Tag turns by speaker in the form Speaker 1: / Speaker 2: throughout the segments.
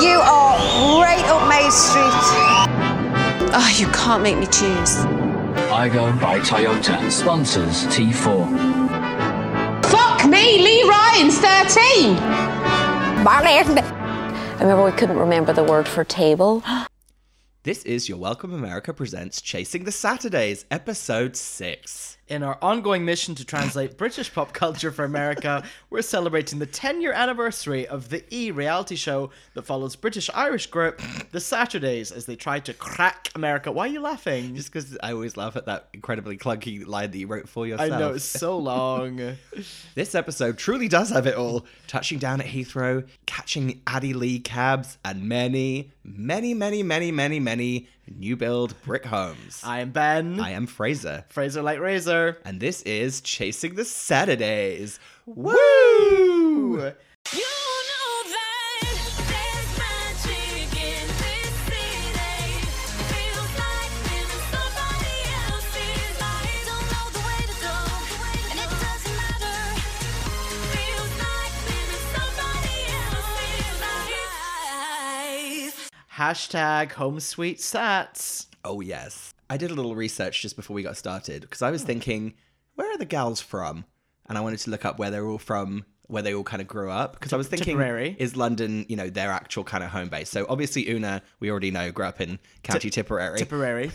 Speaker 1: You are right up Main Street.
Speaker 2: Oh, you can't make me choose.
Speaker 3: I go by Toyota. Sponsors T4.
Speaker 4: Fuck me, Lee Ryan's 13.
Speaker 2: I remember we couldn't remember the word for table.
Speaker 5: This is Your Welcome America Presents Chasing the Saturdays, Episode 6.
Speaker 6: In our ongoing mission to translate British pop culture for America, we're celebrating the 10 year anniversary of the E reality show that follows British Irish group The Saturdays as they try to crack America. Why are you laughing?
Speaker 5: Just because I always laugh at that incredibly clunky line that you wrote for
Speaker 6: I
Speaker 5: yourself.
Speaker 6: know, it's so long.
Speaker 5: This episode truly does have it all. Touching down at Heathrow, catching Addie Lee cabs, and many, many, many, many, many, many new build brick homes.
Speaker 6: I am Ben.
Speaker 5: I am Fraser,
Speaker 6: Fraser like Razor.
Speaker 5: and this is Chasing the Saturdays. Woo!
Speaker 6: Hashtag home sweet sats.
Speaker 5: Oh, yes. I did a little research just before we got started because I was thinking, where are the gals from? And I wanted to look up where they're all from, where they all kind of grew up. Because I was thinking,
Speaker 6: Tipperary.
Speaker 5: is London, you know, their actual kind of home base? So obviously, Una, we already know, grew up in County Tipperary.
Speaker 6: Tipperary.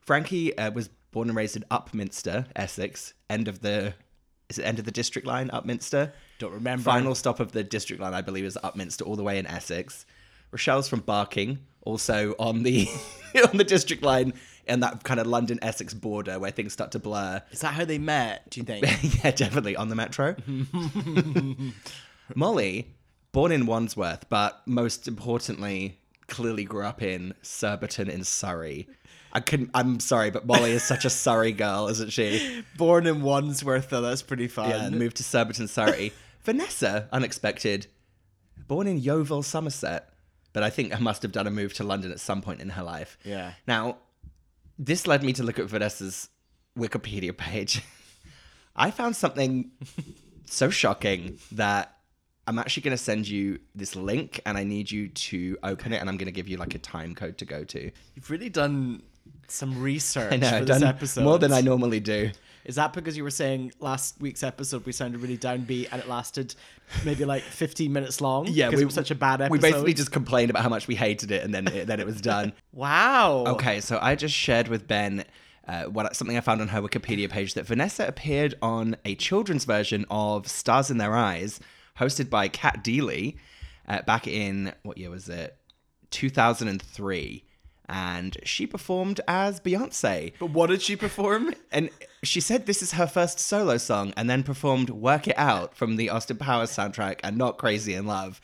Speaker 5: Frankie uh, was born and raised in Upminster, Essex, end of the. Is it end of the district line, Upminster?
Speaker 6: Don't remember.
Speaker 5: Final stop of the district line, I believe, is Upminster, all the way in Essex. Rochelle's from Barking, also on the on the district line, and that kind of London Essex border where things start to blur.
Speaker 6: Is that how they met, do you think?
Speaker 5: yeah, definitely on the metro. Molly, born in Wandsworth, but most importantly, clearly grew up in Surbiton in Surrey. I couldn't. I'm sorry, but Molly is such a Surrey girl, isn't she?
Speaker 6: Born in Wandsworth, though, that's pretty fun.
Speaker 5: Yeah, moved to Surbiton, Surrey. Vanessa, unexpected, born in Yeovil, Somerset, but I think I must have done a move to London at some point in her life.
Speaker 6: Yeah.
Speaker 5: Now, this led me to look at Vanessa's Wikipedia page. I found something so shocking that I'm actually going to send you this link and I need you to open it and I'm going to give you like a time code to go to.
Speaker 6: You've really done some research
Speaker 5: I know,
Speaker 6: for
Speaker 5: I've
Speaker 6: this
Speaker 5: done
Speaker 6: episode.
Speaker 5: more than I normally do.
Speaker 6: Is that because you were saying last week's episode we sounded really downbeat and it lasted maybe like 15 minutes long? because it was such a bad episode.
Speaker 5: We basically just complained about how much we hated it and then it, then it was done.
Speaker 6: wow.
Speaker 5: Okay, so I just shared with Ben uh, what something I found on her Wikipedia page that Vanessa appeared on a children's version of Stars in Their Eyes, hosted by Kat Deely, uh, back in what year was it? 2003, and she performed as Beyonce.
Speaker 6: But what did she perform?
Speaker 5: And she said this is her first solo song, and then performed "Work It Out" from the Austin Powers soundtrack and "Not Crazy in Love."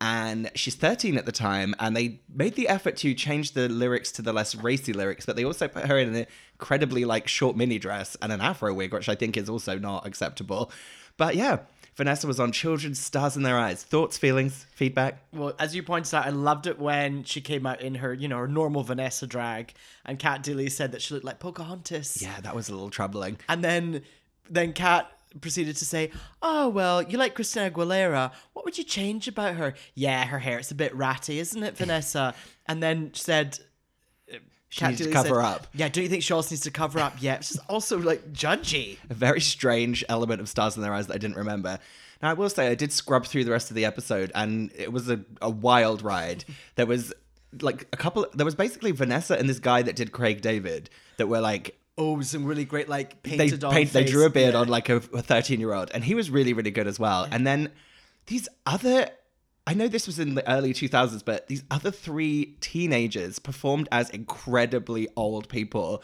Speaker 5: And she's 13 at the time, and they made the effort to change the lyrics to the less racy lyrics, but they also put her in an incredibly like short mini dress and an afro wig, which I think is also not acceptable. But yeah, Vanessa was on Children's Stars in Their Eyes. Thoughts, feelings, feedback.
Speaker 6: well, as you pointed out, I loved it when she came out in her, you know, her normal Vanessa drag and Kat Dooley said that she looked like Pocahontas.
Speaker 5: Yeah, that was a little troubling.
Speaker 6: And then then Kat proceeded to say, Oh well, you like Christina Aguilera. What would you change about her? Yeah, her hair, it's a bit ratty, isn't it, Vanessa? and then said
Speaker 5: She
Speaker 6: Kat
Speaker 5: needs to
Speaker 6: Dooley
Speaker 5: cover
Speaker 6: said,
Speaker 5: up.
Speaker 6: Yeah, don't you think she also needs to cover up? Yeah, which is also like judgy.
Speaker 5: a very strange element of stars in their eyes that I didn't remember. Now I will say I did scrub through the rest of the episode and it was a, a wild ride. There was like a couple there was basically Vanessa and this guy that did Craig David that were like
Speaker 6: Oh, some really great like
Speaker 5: they
Speaker 6: painted on.
Speaker 5: paint- they
Speaker 6: face.
Speaker 5: drew a beard
Speaker 6: Yeah.
Speaker 5: on like a 13 year old and he was really really good as well. And then these other I know this was in the early 2000s but these other three teenagers performed as incredibly old people.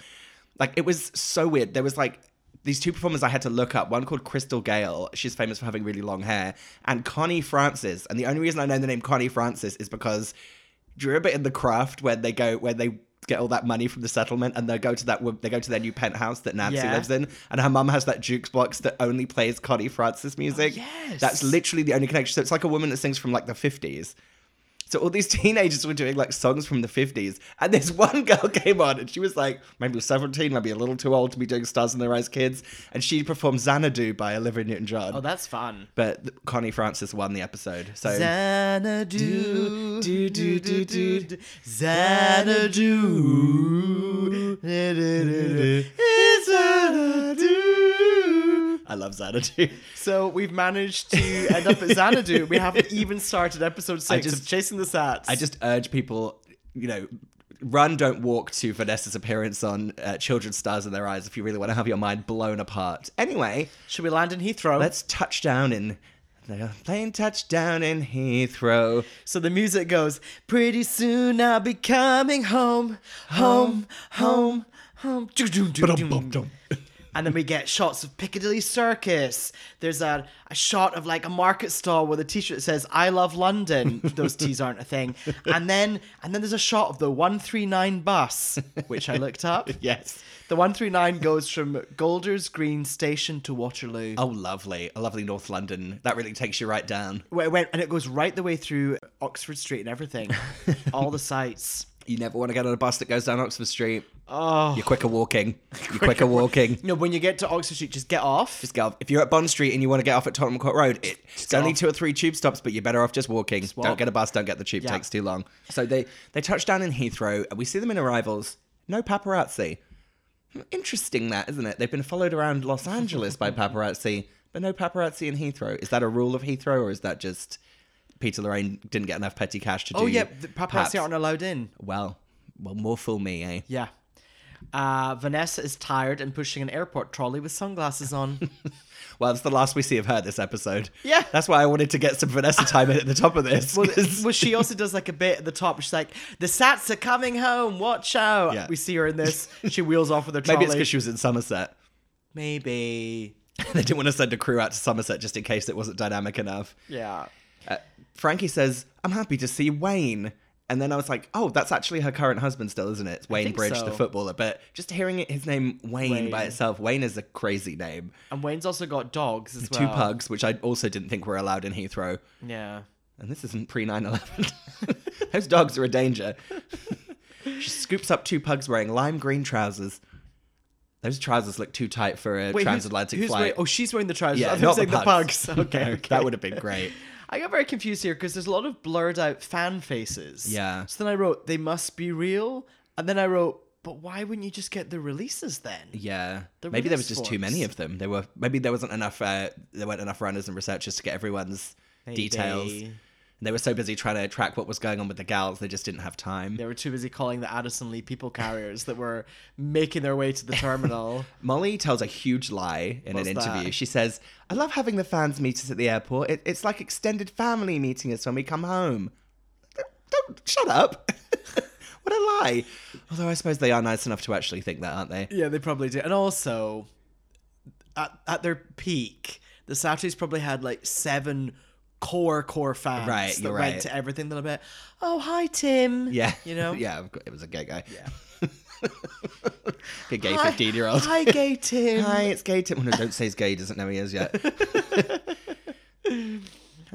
Speaker 5: Like it was so weird. There was like these two performers I had to look up. One called Crystal Gale. She's famous for having really long hair, and Connie Francis. And the only reason I know the name Connie Francis is because do you remember in The Craft when they go when they get all that money from the settlement and they go to that wo- they go to their new penthouse that Nancy
Speaker 6: Yeah.
Speaker 5: lives in, and her mum has that jukebox that only plays Connie Francis music.
Speaker 6: yes.
Speaker 5: that's literally the only connection. So it's like a woman that sings from like the fifties. So all these teenagers were doing like songs from the 50s. And this one girl came on and she was like, maybe 17, maybe a little too old to be doing Stars in Their Eyes Kids. And she performed Xanadu by Olivia Newton John.
Speaker 6: Oh, that's fun.
Speaker 5: but th- Connie Francis won the episode. So
Speaker 6: Xanadu,
Speaker 5: Um, do, do, do, do, do.
Speaker 6: Xanadu.
Speaker 5: I love Xanadu.
Speaker 6: So we've managed to end up at Xanadu. We haven't even started episode six
Speaker 5: just-
Speaker 6: of Chasing the Sats.
Speaker 5: I just urge people, you know, run, don't walk to Vanessa's appearance on uh, Children's Stars in Their Eyes if you really want to have your mind blown apart. Anyway,
Speaker 6: should we land in Heathrow?
Speaker 5: let's touch down in. They're playing touchdown in Heathrow.
Speaker 6: So the music goes, Pretty soon I'll be coming home, home, home, home. Doo, doo, doo, doo. And then we get shots of Piccadilly Circus. There's a, a shot of like a market stall with a t-shirt that says I love London. Those teas aren't a thing. And then and then there's a shot of the 139 bus, which I looked up.
Speaker 5: Yes.
Speaker 6: The 139 goes from Golders Green Station to Waterloo.
Speaker 5: Oh, lovely. A lovely North London. That really takes you right down.
Speaker 6: Where it went, and it goes right the way through Oxford Street and everything. All the sites.
Speaker 5: You never want to get on a bus that goes down Oxford Street.
Speaker 6: Oh.
Speaker 5: You're quicker walking. You're quicker walking.
Speaker 6: No, when you get to Oxford Street, just get off.
Speaker 5: Just go. If you're at Bond Street and you want to get off at Tottenham Court Road, it, it's only
Speaker 6: off.
Speaker 5: two or three tube stops, but you're better off just walking. Don't
Speaker 6: walk.
Speaker 5: get a bus. Don't get the tube.
Speaker 6: Yeah.
Speaker 5: Takes too long. So they they touch down in Heathrow, and we see them in arrivals. No paparazzi. Hmm, Interesting, that isn't it? They've been followed around Los Angeles by paparazzi, but no paparazzi in Heathrow. Is that a rule of Heathrow, or is that just Peter Lorraine didn't get enough petty cash to do?
Speaker 6: oh yeah, the paparazzi
Speaker 5: perhaps-
Speaker 6: aren't allowed in.
Speaker 5: Well, well, more fool me, eh?
Speaker 6: Yeah. Uh, Vanessa is tired and pushing an airport trolley with sunglasses on.
Speaker 5: Well, that's the last we see of her this episode.
Speaker 6: Yeah.
Speaker 5: that's why I wanted to get some Vanessa time in at the top of this.
Speaker 6: well,
Speaker 5: 'cause-
Speaker 6: well, she also does like a bit at the top. She's like, "The Sats are coming home. Watch out!"
Speaker 5: Yeah.
Speaker 6: We see her in this. She wheels off with her trolley.
Speaker 5: Maybe it's because she was in Somerset.
Speaker 6: Maybe.
Speaker 5: they didn't want to send a crew out to Somerset just in case it wasn't dynamic enough.
Speaker 6: Yeah.
Speaker 5: Uh, Frankie says, I'm happy to see Wayne. And then I was like, oh, that's actually her current husband still, isn't it? It's Wayne
Speaker 6: think
Speaker 5: Bridge,
Speaker 6: so.
Speaker 5: the footballer. But just hearing it, his name Wayne, by
Speaker 6: Wayne.
Speaker 5: itself, Wayne is a crazy name.
Speaker 6: And Wayne's also got dogs as well.
Speaker 5: Two pugs, which I also didn't think were allowed in Heathrow.
Speaker 6: Yeah.
Speaker 5: And this isn't pre 9 11. Those dogs are a danger. she scoops up two pugs wearing lime green trousers. Those trousers look too tight for a
Speaker 6: Wait, who's-
Speaker 5: transatlantic
Speaker 6: who's
Speaker 5: flight.
Speaker 6: wearing- oh, she's wearing the trousers.
Speaker 5: Yeah,
Speaker 6: I thought
Speaker 5: not
Speaker 6: you
Speaker 5: the
Speaker 6: were saying
Speaker 5: pugs.
Speaker 6: Okay,
Speaker 5: No,
Speaker 6: okay.
Speaker 5: that would have been great.
Speaker 6: I got very confused here because there's a lot of blurred out fan faces.
Speaker 5: Yeah.
Speaker 6: So then I wrote, they must be real. And then I wrote, but why wouldn't you just get the releases then?
Speaker 5: Yeah.
Speaker 6: The
Speaker 5: maybe there was
Speaker 6: release
Speaker 5: just too many
Speaker 6: forms.
Speaker 5: of them. There were maybe there wasn't enough uh, there weren't enough runners and researchers to get everyone's details.
Speaker 6: Maybe.
Speaker 5: And they were so busy trying to track what was going on with the gals, they just didn't have time.
Speaker 6: They were too busy calling the Addison Lee people carriers that were making their way to the terminal.
Speaker 5: Molly tells a huge lie in
Speaker 6: What's
Speaker 5: an
Speaker 6: that?
Speaker 5: interview. She says, "I love having the fans meet us at the airport. It, it's like extended family meeting us when we come home." Don't, don't- shut up. what a lie. Although I suppose they are nice enough to actually think that, aren't they?
Speaker 6: yeah, they probably do. And also, at, at their peak, the Saturdays probably had like seven core, core fans
Speaker 5: Right,
Speaker 6: that
Speaker 5: you're
Speaker 6: went
Speaker 5: right.
Speaker 6: to everything. They're like, oh, hi, Tim.
Speaker 5: Yeah.
Speaker 6: You know?
Speaker 5: yeah, of course, it was a gay guy.
Speaker 6: Yeah.
Speaker 5: a gay
Speaker 6: Hi-
Speaker 5: 15 year old.
Speaker 6: Hi, gay Tim.
Speaker 5: Hi, it's gay Tim. Oh, no, don't say he's gay. He doesn't know he is yet.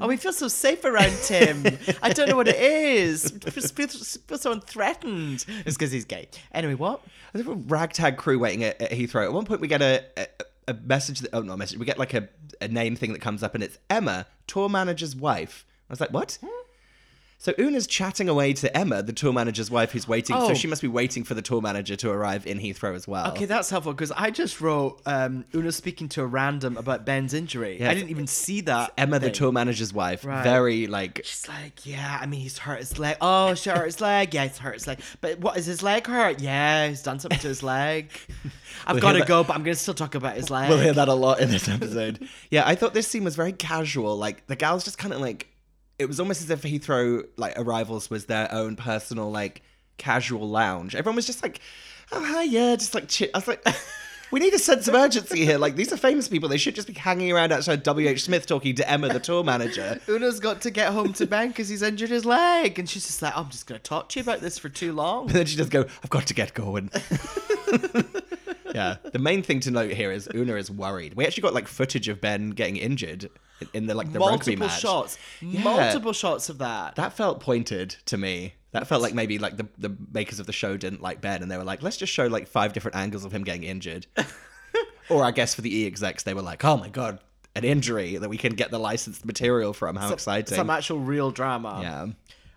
Speaker 6: Oh, we feel so safe around Tim. I don't know what it is. We feel, feel so threatened. It's because he's gay. Anyway, what?
Speaker 5: There's a ragtag crew waiting at, at Heathrow. At one point, we get a, a, a message. That, oh, not a message. We get like a, a name thing that comes up, and it's Emma, tour manager's wife. I was like, what?
Speaker 6: Hmm?
Speaker 5: So Una's chatting away to Emma, the tour manager's wife, who's waiting. So
Speaker 6: Oh.
Speaker 5: she must be waiting for the tour manager to arrive in Heathrow as well.
Speaker 6: Okay, that's helpful because I just wrote um, Una speaking to a random about Ben's injury.
Speaker 5: Yeah.
Speaker 6: I didn't even see that.
Speaker 5: Emma, the
Speaker 6: thing.
Speaker 5: tour manager's wife,
Speaker 6: Right.
Speaker 5: very like
Speaker 6: She's like, yeah, I mean, he's hurt his leg. Oh, she hurt his leg. Yeah, he's hurt his leg. But what is his leg hurt? Yeah, he's done something to his leg. I've
Speaker 5: We'll
Speaker 6: got
Speaker 5: hear
Speaker 6: to
Speaker 5: that-
Speaker 6: go, but I'm going to still talk about his leg.
Speaker 5: We'll hear that a lot in this episode. yeah, I thought this scene was very casual. Like the gals just kind of like it was almost as if Heathrow like arrivals was their own personal like casual lounge. Everyone was just like, oh hi, yeah, just like chi-" I was like. We need a sense of urgency here. Like these are famous people; they should just be hanging around outside W. H. Smith talking to Emma, the tour manager.
Speaker 6: Una's got to get home to Ben because he's injured his leg. And she's just like, "Oh, I'm just going to talk to you about this for too long.
Speaker 5: And then she does go, "I've got to get going." yeah, Yeah. The main thing to note here is Una is worried. We actually got like footage of Ben getting injured in the like the rugby
Speaker 6: multiple
Speaker 5: match.
Speaker 6: shots,
Speaker 5: Yeah.
Speaker 6: multiple shots of that.
Speaker 5: That felt pointed to me. That felt like maybe like the, the makers of the show didn't like Ben and they were like, let's just show like five different angles of him getting injured. or I guess for the E execs, they were like, oh my god, an injury that we can get the licensed material from. How exciting.
Speaker 6: Some actual real drama.
Speaker 5: yeah.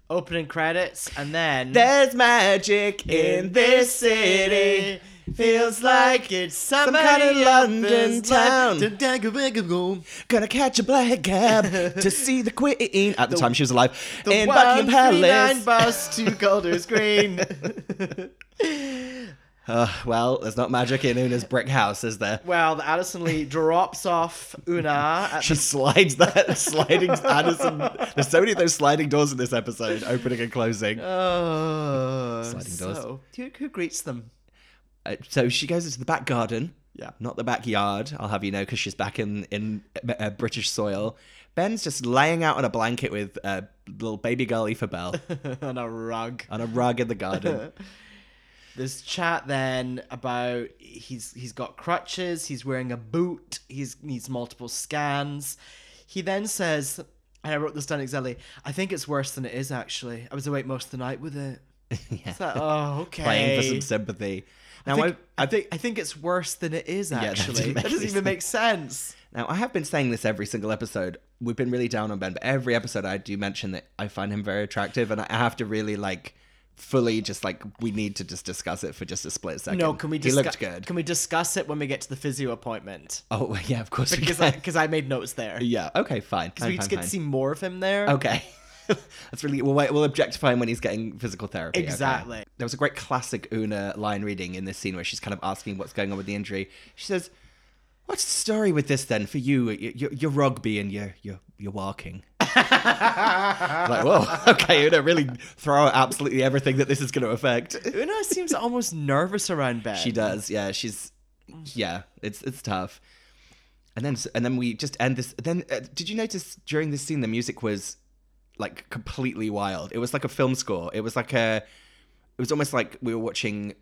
Speaker 6: Opening credits and then
Speaker 5: There's magic in this city. Feels like it's some kind of London town.
Speaker 6: town.
Speaker 5: Gonna catch a black cab to see the queen. At the, time she was alive.
Speaker 6: The
Speaker 5: in Buckingham
Speaker 6: 139
Speaker 5: Palace.
Speaker 6: bus to Golders Green.
Speaker 5: Well, there's not magic in Una's brick house, is there?
Speaker 6: well, the Addison Lee drops off Una at
Speaker 5: She slides that sliding Addison. There's so many of those sliding doors in this episode, opening and closing.
Speaker 6: Oh,
Speaker 5: Sliding doors.
Speaker 6: so- Who, who greets them?
Speaker 5: Uh, so she goes into the back garden.
Speaker 6: Yeah.
Speaker 5: Not the backyard, I'll have you know, because she's back in in uh, uh, British soil. Ben's just laying out on a blanket with uh, little baby girl Bell
Speaker 6: On a rug.
Speaker 5: on a rug in the garden.
Speaker 6: There's chat then about he's he's got crutches, he's wearing a boot, he's needs multiple scans. He then says, and I wrote this down exactly. I think it's worse than it is actually. I was awake most of the night with it. It's like, oh, okay.
Speaker 5: Playing for some sympathy. Now
Speaker 6: I
Speaker 5: I,
Speaker 6: think, I,
Speaker 5: I
Speaker 6: think I think it's worse than it is
Speaker 5: that
Speaker 6: actually.
Speaker 5: doesn't
Speaker 6: that
Speaker 5: make
Speaker 6: doesn't
Speaker 5: any
Speaker 6: even make sense.
Speaker 5: now I have been saying this every single episode. We've been really down on Ben, but every episode I do mention that I find him very attractive, and I have to really like fully just like we need to just discuss it for just a split second.
Speaker 6: No, can we?
Speaker 5: He
Speaker 6: Discuss,
Speaker 5: looked good.
Speaker 6: Can we discuss it when we get to the physio appointment?
Speaker 5: oh yeah, of course. we
Speaker 6: Because
Speaker 5: can.
Speaker 6: I, 'cause I made notes there.
Speaker 5: yeah. Okay. Fine.
Speaker 6: Because we
Speaker 5: fine,
Speaker 6: just
Speaker 5: fine,
Speaker 6: get to
Speaker 5: fine.
Speaker 6: see more of him there.
Speaker 5: Okay. That's really we'll, wait- we'll objectify him when he's getting physical therapy. okay.
Speaker 6: Exactly.
Speaker 5: There was a great classic Una line reading in this scene where she's kind of asking what's going on with the injury. She says, "What's the story with this then for you? Your, your rugby and your your your walking." like whoa, okay, Una, really throw out absolutely everything that this is going to affect.
Speaker 6: Una seems almost nervous around Ben.
Speaker 5: She does. Yeah, she's
Speaker 6: Mm.
Speaker 5: yeah, it's it's tough. And then and then we just end this then uh, did you notice during this scene the music was like completely wild. It was like a film score. It was like a it was almost like we were watching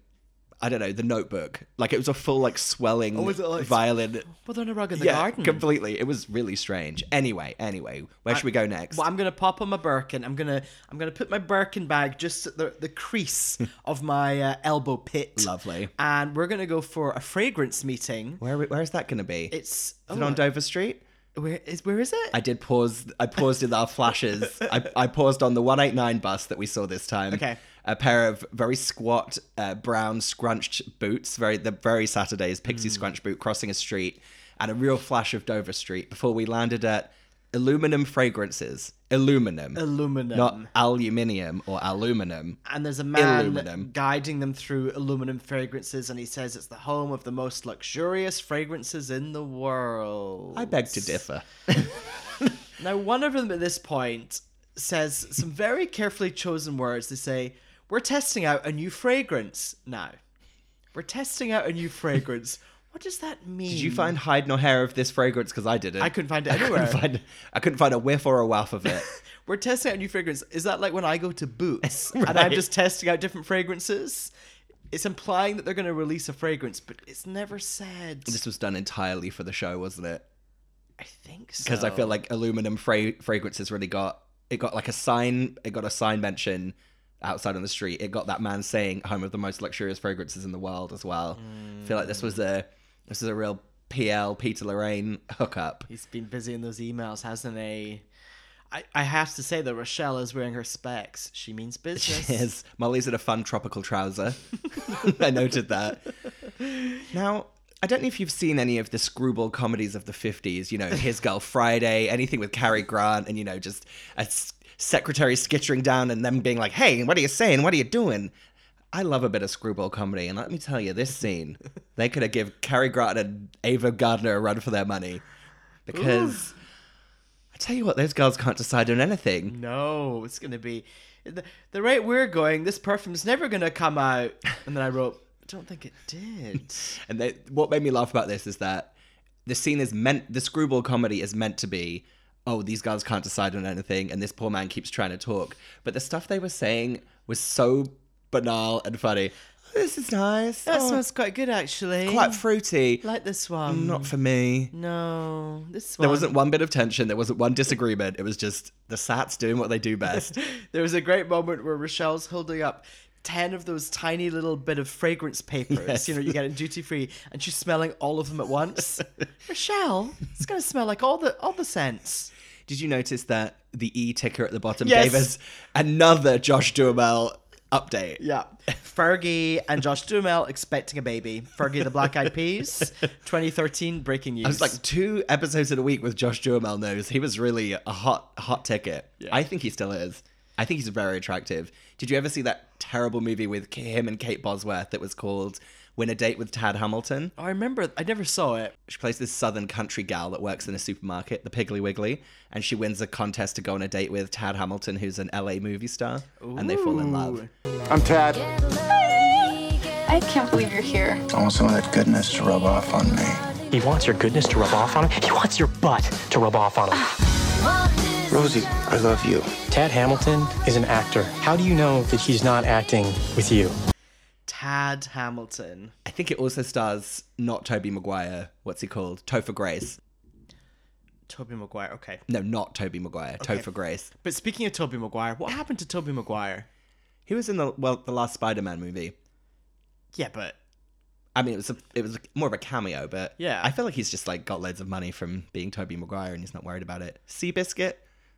Speaker 5: I don't know, The Notebook. Like it was a full like swelling
Speaker 6: Oh, was it like-
Speaker 5: violin
Speaker 6: Well, they're on a rug in the
Speaker 5: yeah,
Speaker 6: garden.
Speaker 5: completely. It was really strange. Anyway, anyway, where should we go next?
Speaker 6: Well, I'm gonna pop on my Birkin. I'm gonna I'm gonna put my Birkin bag just at the the crease of my uh, elbow pit.
Speaker 5: Lovely.
Speaker 6: And we're gonna go for a fragrance meeting.
Speaker 5: Where where is that going to be?
Speaker 6: It's oh,
Speaker 5: is it on Dover Street?
Speaker 6: where is where is it?
Speaker 5: I did pause. I paused in our flashes. I, I paused on the 189 bus that we saw this time.
Speaker 6: Okay.
Speaker 5: A pair of very squat, uh, brown, scrunched boots, very the very Saturdays pixie
Speaker 6: Hmm.
Speaker 5: scrunch boot crossing a street, and a real flash of Dover Street before we landed at aluminum fragrances. Aluminum.
Speaker 6: Aluminum.
Speaker 5: Not aluminium or aluminum.
Speaker 6: and there's a man
Speaker 5: Illuminum.
Speaker 6: guiding them through aluminum fragrances, and he says it's the home of the most luxurious fragrances in the world.
Speaker 5: I beg to differ.
Speaker 6: Now, one of them at this point says some very carefully chosen words. They say, We're testing out a new fragrance now. We're testing out a new fragrance. what does that mean?
Speaker 5: Did you find hide nor hair of this fragrance? Because I didn't.
Speaker 6: I couldn't find it
Speaker 5: I couldn't
Speaker 6: anywhere.
Speaker 5: find- I couldn't find a whiff or a waff of it.
Speaker 6: We're testing out a new fragrance. Is that like when I go to Boots and I'm
Speaker 5: Right.
Speaker 6: just testing out different fragrances? It's implying that they're going to release a fragrance, but it's never said.
Speaker 5: this was done entirely for the show, wasn't it?
Speaker 6: I think so.
Speaker 5: because I feel like aluminum fra- fragrances really got it got like a sign it got a sign mention outside on the street. It got that man saying home of the most luxurious fragrances in the world as well. I feel like this was a this is a real PL Peter Lorraine hookup.
Speaker 6: He's been busy in those emails, hasn't he? I, I have to say that Rochelle is wearing her specs. She means business.
Speaker 5: Yes, Molly's in a fun tropical trouser. I noted that. Now, I don't know if you've seen any of the screwball comedies of the 50s, you know, His Girl Friday, anything with Cary Grant, and, you know, just a s- secretary skittering down and them being like, hey, what are you saying? What are you doing? I love a bit of screwball comedy, and let me tell you, this scene, they could have given Cary Grant and Ava Gardner a run for their money. Because I tell you what, those girls can't decide on anything.
Speaker 6: No, it's going to be. The, the rate we're going, this perfume's never going to come out. And then I wrote, I don't think it did.
Speaker 5: And they, what made me laugh about this is that the scene is meant, the screwball comedy is meant to be, oh, these guys can't decide on anything, and this poor man keeps trying to talk. But the stuff they were saying was so banal and funny. This is nice.
Speaker 6: That
Speaker 5: Oh,
Speaker 6: smells quite good, actually.
Speaker 5: quite fruity.
Speaker 6: like this one.
Speaker 5: Not for me.
Speaker 6: no, this one.
Speaker 5: There wasn't one bit of tension. There wasn't one disagreement. It was just the Sats doing what they do best.
Speaker 6: There was a great moment where Rochelle's holding up ten of those tiny little bit of fragrance papers, you know, you get in duty free, and she's smelling all of them at once. Rochelle, it's gonna smell like all the all the scents.
Speaker 5: Did you notice that the E ticker at the bottom
Speaker 6: Yes.
Speaker 5: gave us another Josh Duhamel update?
Speaker 6: Yeah. Fergie and Josh Dumel expecting a baby. Fergie the Black Eyed Peas, 2013 breaking news.
Speaker 5: It was like two episodes in a week with Josh Duhamel knows. He was really a hot, hot ticket. I think he still is. I think he's very attractive. Did you ever see that terrible movie with him and Kate Bosworth that was called Win a Date with Tad Hamilton?
Speaker 6: I remember. I never saw it.
Speaker 5: She plays this southern country gal that works in a supermarket, the Piggly Wiggly, and she wins a contest to go on a date with Tad Hamilton, who's an LA movie star, and they fall in love.
Speaker 7: I'm Tad.
Speaker 8: I can't believe you're here.
Speaker 9: I want some of that goodness to rub off on me.
Speaker 10: He wants your goodness to rub off on him. He wants your butt to rub off on him.
Speaker 9: Rosie, I love you.
Speaker 10: Tad Hamilton is an actor. How do you know that he's not acting with you?
Speaker 6: Tad Hamilton.
Speaker 5: I think it also stars not Toby Maguire. What's he called? Topher Grace.
Speaker 6: Toby Maguire. Okay.
Speaker 5: No, not Toby Maguire. Topher Grace.
Speaker 6: But speaking of Toby Maguire, what happened to Toby Maguire?
Speaker 5: He was in the well, the last Spider-Man movie.
Speaker 6: Yeah, but
Speaker 5: I mean, it was a, it was more of a cameo, but
Speaker 6: Yeah.
Speaker 5: I feel like he's just like got loads of money from being Toby Maguire, and he's not worried about it. Seabiscuit,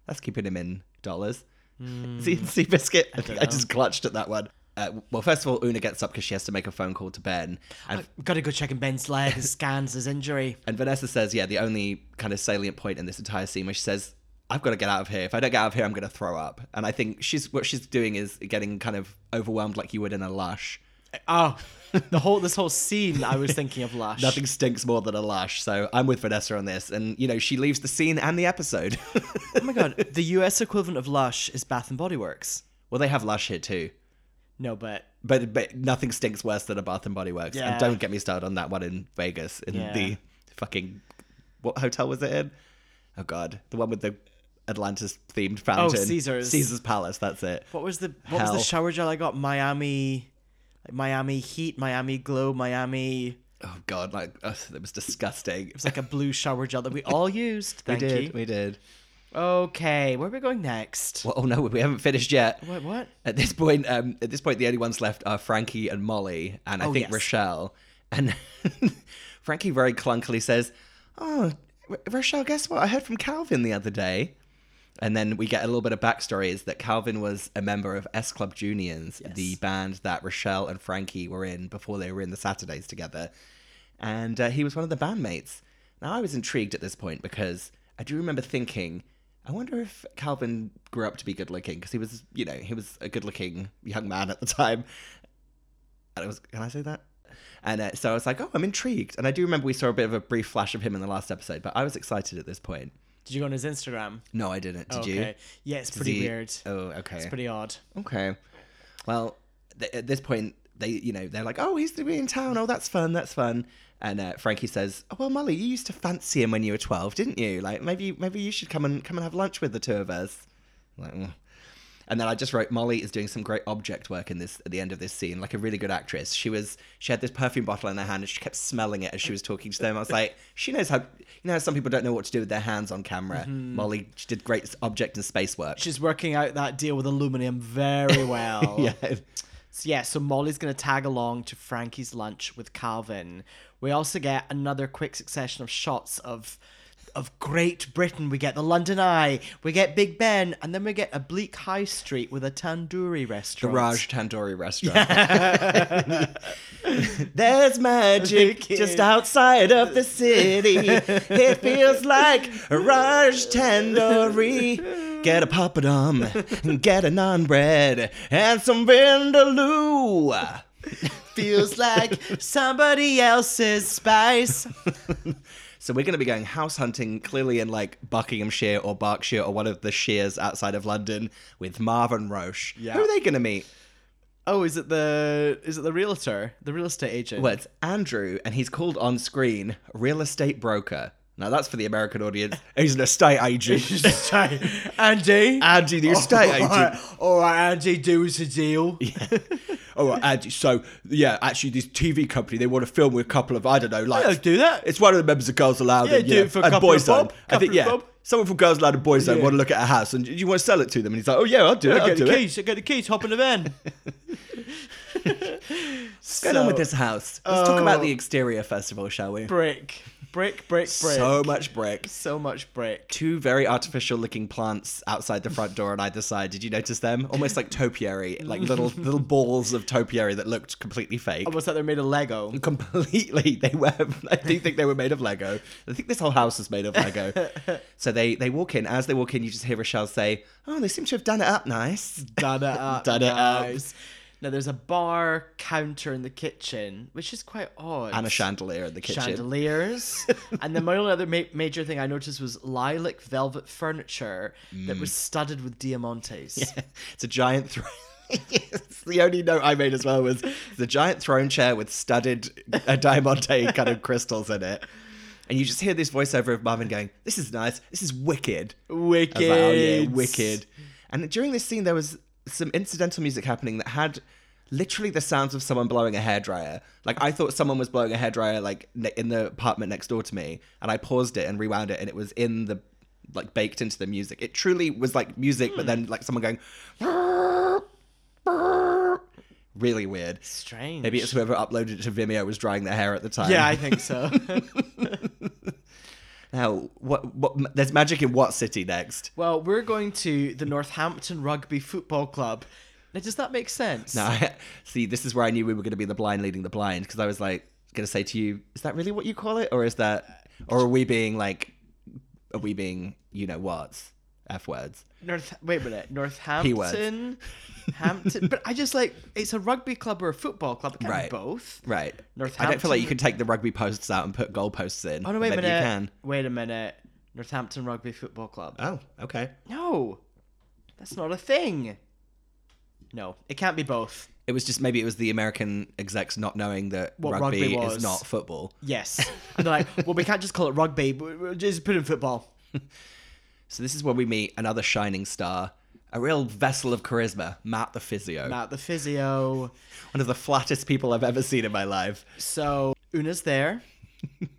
Speaker 5: that's keeping him in dollars. See, Seabiscuit, I, think I just clutched at that one. Uh, well, first of all, Una gets up because she has to make a phone call to Ben, and,
Speaker 6: I've got to go check in Ben's leg. His scans his injury.
Speaker 5: and Vanessa says, "Yeah, the only kind of salient point in this entire scene where she says." I've got to get out of here. If I don't get out of here, I'm going to throw up. And I think she's what she's doing is getting kind of overwhelmed, like you would in a lush.
Speaker 6: Oh, the whole this whole scene. I was thinking of Lush.
Speaker 5: Nothing stinks more than a lush. So I'm with Vanessa on this. And, you know, she leaves the scene and the episode.
Speaker 6: Oh my god, the U.S. equivalent of Lush is Bath and Body Works.
Speaker 5: well, they have lush here too.
Speaker 6: No, but
Speaker 5: But, but nothing stinks worse than a Bath and Body Works.
Speaker 6: Yeah.
Speaker 5: And don't get me started on that one in Vegas in
Speaker 6: Yeah.
Speaker 5: the fucking. What hotel was it in? Oh, God. The one with the Atlantis themed fountain.
Speaker 6: Oh, Caesar's.
Speaker 5: Caesar's Palace. That's it.
Speaker 6: what was the what was
Speaker 5: Hell.
Speaker 6: the shower gel I got? Miami, like Miami Heat, Miami Glow, Miami.
Speaker 5: Oh, God. Like, ugh, it was disgusting. It
Speaker 6: It's like a blue shower gel that we all used.
Speaker 5: we
Speaker 6: Thank
Speaker 5: did.
Speaker 6: you.
Speaker 5: We did.
Speaker 6: Okay, where are we going next?
Speaker 5: Well, oh, no. We haven't finished yet.
Speaker 6: What? What?
Speaker 5: At this point, um, at this point, the only ones left are Frankie and Molly, and I
Speaker 6: Oh,
Speaker 5: think
Speaker 6: yes.
Speaker 5: Rochelle. And Frankie very clunkily says, "Oh, R- Rochelle, guess what? I heard from Calvin the other day." And then we get a little bit of backstory is that Calvin was a member of S Club Juniors, the band that Rochelle and Frankie were in before they were in the Saturdays together. And uh, he was one of the bandmates. Now, I was intrigued at this point because I do remember thinking, I wonder if Calvin grew up to be good looking because he was, you know, he was a good looking young man at the time. And I was, can I say that? And uh, so I was like, oh, I'm intrigued. And I do remember we saw a bit of a brief flash of him in the last episode, but I was excited at this point.
Speaker 6: Did you go on his Instagram?
Speaker 5: No, I didn't. Did you?
Speaker 6: okay. Yeah, it's pretty
Speaker 5: Did you-
Speaker 6: weird.
Speaker 5: Oh, okay.
Speaker 6: It's pretty odd.
Speaker 5: Okay. Well, th- at this point, they you know they're like, oh, he's to be in town. Oh, that's fun. That's fun. And uh, Frankie says, oh, well, Molly, you used to fancy him when you were twelve, didn't you? Like maybe maybe you should come and come and have lunch with the two of us. I'm Like. "Mm." And then I just wrote Molly is doing some great object work in this at the end of this scene, like a really good actress. She was she had this perfume bottle in her hand and she kept smelling it as she was talking to them. I was like, she knows how you know how some people don't know what to do with their hands on camera. Molly she did great object and space work.
Speaker 6: She's working out that deal with aluminium very well.
Speaker 5: yeah.
Speaker 6: So yeah, so Molly's going to tag along to Frankie's lunch with Calvin. We also get another quick succession of shots of of Great Britain. We get the London Eye, we get Big Ben, and then we get a bleak high street with a tandoori restaurant.
Speaker 5: Raj Tandoori restaurant. There's magic just outside of the city. It feels like Raj Tandoori. Get a papadum, get a naan bread, and some vindaloo.
Speaker 6: Feels like somebody else's spice.
Speaker 5: So we're going to be going house hunting, clearly in like Buckinghamshire or Berkshire or one of the shears outside of London with Marvin Roche.
Speaker 6: Yeah.
Speaker 5: Who are they going to meet?
Speaker 6: Oh, is it the is it the realtor, the real estate agent?
Speaker 5: Well, it's Andrew, and he's called on screen real estate broker. Now that's for the American audience. He's an estate agent. Oh,
Speaker 6: Andy.
Speaker 5: Andy, the estate agent.
Speaker 6: All right, Andy, do us a deal.
Speaker 7: all Oh, right, Andy, so yeah, actually, this TV company, they want to film with a couple of, I don't know, like.
Speaker 6: Yeah, do that.
Speaker 7: It's one of the members of Girls Aloud
Speaker 6: Yeah,
Speaker 7: and,
Speaker 6: do
Speaker 7: yeah,
Speaker 6: it for a
Speaker 7: and
Speaker 6: couple
Speaker 7: Boys
Speaker 6: of bob,
Speaker 7: Zone. I think,
Speaker 6: couple of
Speaker 7: yeah.
Speaker 6: bob.
Speaker 7: Someone from Girls Aloud and Boys Zone
Speaker 6: Yeah.
Speaker 7: want to look at a house and you want to sell it to them. And he's like, oh, yeah, I'll do it.
Speaker 6: I
Speaker 7: I'll
Speaker 6: get
Speaker 7: do
Speaker 6: the
Speaker 7: it.
Speaker 6: keys. I get the keys. Hop in the van.
Speaker 5: What's going on with this house? Let's talk about
Speaker 7: Oh.
Speaker 5: the exterior first of all, shall we?
Speaker 6: Brick, brick, brick, brick.
Speaker 5: So much brick.
Speaker 6: so much brick.
Speaker 5: Two very artificial looking plants outside the front door on either side. Did you notice them? Almost like topiary, like little little balls of topiary that looked completely fake.
Speaker 6: Almost like they're made of Lego.
Speaker 5: completely they were i do think they were made of lego i think this whole house is made of lego so they they walk in as they walk in you just hear rochelle say oh they seem to have done it up nice
Speaker 6: Done it up.
Speaker 5: Done it up.
Speaker 6: guys. Now there's a bar counter in the kitchen, which is quite odd.
Speaker 5: and a chandelier in the kitchen
Speaker 6: Chandeliers. and then my only other ma- major thing I noticed was lilac velvet furniture that
Speaker 5: Mm.
Speaker 6: was studded with diamantes.
Speaker 5: it's a giant throne Yes, the only note I made as well was the giant throne chair with studded uh, diamante kind of crystals in it. And you just hear this voiceover of Marvin going, This is nice. This is wicked. I
Speaker 6: Wicked.
Speaker 5: was like, oh, yeah, wicked. And during this scene, there was some incidental music happening that had literally the sounds of someone blowing a hairdryer. Like I thought someone was blowing a hairdryer like ne- in the apartment next door to me, and I paused it and rewound it, and it was in the like baked into the music. It truly was like music,
Speaker 6: Hmm.
Speaker 5: but then like someone going. Really weird.
Speaker 6: Strange.
Speaker 5: Maybe it's whoever uploaded it to Vimeo was drying their hair at the time.
Speaker 6: Yeah, I think so.
Speaker 5: Now, what? What? There's magic in what city next?
Speaker 6: well, we're going to the Northampton Rugby Football Club. Now, does that make sense?
Speaker 5: No, I, see, this is where I knew we were going to be the blind leading the blind because I was like going to say to you, is that really what you call it, or is that, or are we being like, are we being, you know, what, f words?
Speaker 6: North. Wait a minute. Northampton. Hampton. But I just like it's a rugby club or a football club. It can't
Speaker 5: Right.
Speaker 6: be both.
Speaker 5: Right. I don't feel like you can take the rugby posts out and put goalposts in.
Speaker 6: Oh no! Wait a
Speaker 5: Maybe
Speaker 6: minute.
Speaker 5: You can.
Speaker 6: Wait a minute. Northampton Rugby Football Club.
Speaker 5: Oh, okay.
Speaker 6: No, that's not a thing. No, it can't be both.
Speaker 5: It was just maybe it was the American execs not knowing that
Speaker 6: What
Speaker 5: rugby,
Speaker 6: rugby
Speaker 5: is
Speaker 6: was.
Speaker 5: not football.
Speaker 6: Yes. And they're like, well, we can't just call it rugby. we- We'll just put in football.
Speaker 5: So this is where we meet another shining star, a real vessel of charisma, Matt the physio,
Speaker 6: About the physio.
Speaker 5: one of the flattest people I've ever seen in my life.
Speaker 6: So Una's there,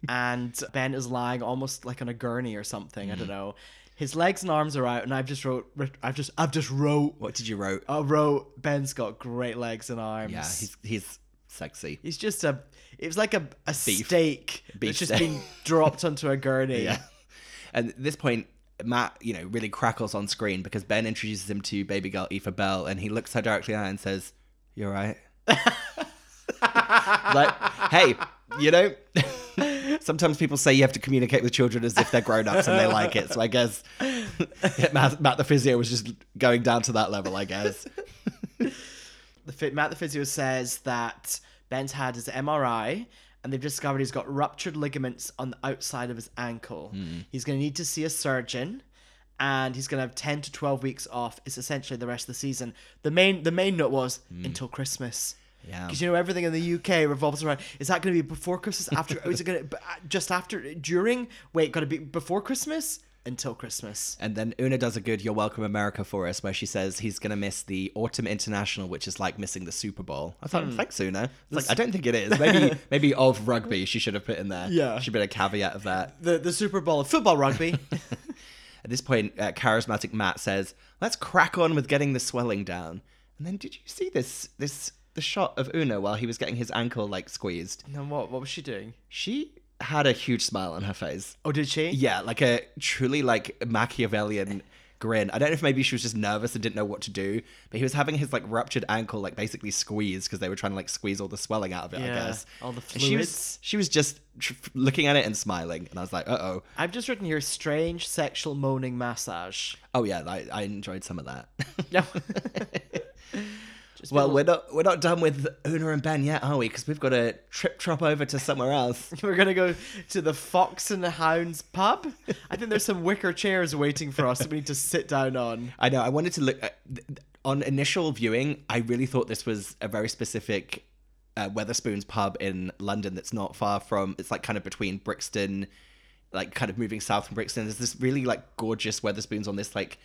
Speaker 6: and Ben is lying almost like on a gurney or something. I don't
Speaker 5: Mm-hmm.
Speaker 6: know. His legs and arms are out, and I've just wrote. I've just. I've just wrote.
Speaker 5: What did you wrote?
Speaker 6: I wrote. Ben's got great legs and arms.
Speaker 5: Yeah, he's he's sexy.
Speaker 6: He's just a. It was like a, a
Speaker 5: Beef.
Speaker 6: steak
Speaker 5: Beef
Speaker 6: that's just
Speaker 5: steak.
Speaker 6: been dropped onto a gurney. Yeah.
Speaker 5: And at this point, Matt, you know, really crackles on screen because Ben introduces him to baby girl Aoife Bell, and he looks her directly in the eye and says, "You're right." like, hey, you know, sometimes people say you have to communicate with children as if they're grown ups and they like it. So I guess Matt, Matt the physio was just going down to that level. I guess.
Speaker 6: The phy- Matt the physio says that Ben's had his MRI and they've discovered he's got ruptured ligaments on the outside of his ankle. He's going to need to see a surgeon and he's going to have 10 to 12 weeks off. It's essentially the rest of the season. The main the main note was until Christmas.
Speaker 5: Yeah.
Speaker 6: Because you know everything in the UK revolves around is that going to be before Christmas after is it going to just after during wait got to be before Christmas until Christmas.
Speaker 5: And then Una does a good "You're Welcome America" for us, where she says he's going to miss the Autumn International, which is like missing the Super Bowl. I thought, thanks, Una. It's like, I don't think it is. Maybe, maybe of rugby, she should have put in there.
Speaker 6: Yeah.
Speaker 5: should have been a caveat of that.
Speaker 6: The the Super Bowl of football rugby.
Speaker 5: At this point, uh, charismatic Matt says, "Let's crack on with getting the swelling down." And then, did you see this? This the shot of Una while he was getting his ankle like squeezed.
Speaker 6: and then what what was she doing?
Speaker 5: She had a huge smile on her face.
Speaker 6: Oh, did she?
Speaker 5: Yeah, like a truly like Machiavellian grin. I don't know if maybe she was just nervous and didn't know what to do, but he was having his like ruptured ankle like basically squeezed because they were trying to like squeeze all the swelling out of it. I
Speaker 6: Yeah,
Speaker 5: guess
Speaker 6: all the
Speaker 5: And She was
Speaker 6: fluids.
Speaker 5: she was just tr- looking at it and smiling, and I was like, uh oh,
Speaker 6: I've just written here strange sexual moaning massage.
Speaker 5: oh yeah, I, I enjoyed some of that.
Speaker 6: No.
Speaker 5: well, we're not we're not done with Una and Ben yet, are we? Because we've got to trip trop over to somewhere else.
Speaker 6: We're going to go to the Fox and the Hounds pub. I think there's some wicker chairs waiting for us that we need to sit down on.
Speaker 5: I know. I wanted to look at, th- th- on initial viewing. I really thought this was a very specific uh, Weatherspoons pub in London that's not far from. It's like kind of between Brixton, like kind of moving south from Brixton. There's this really like gorgeous Weatherspoons on this like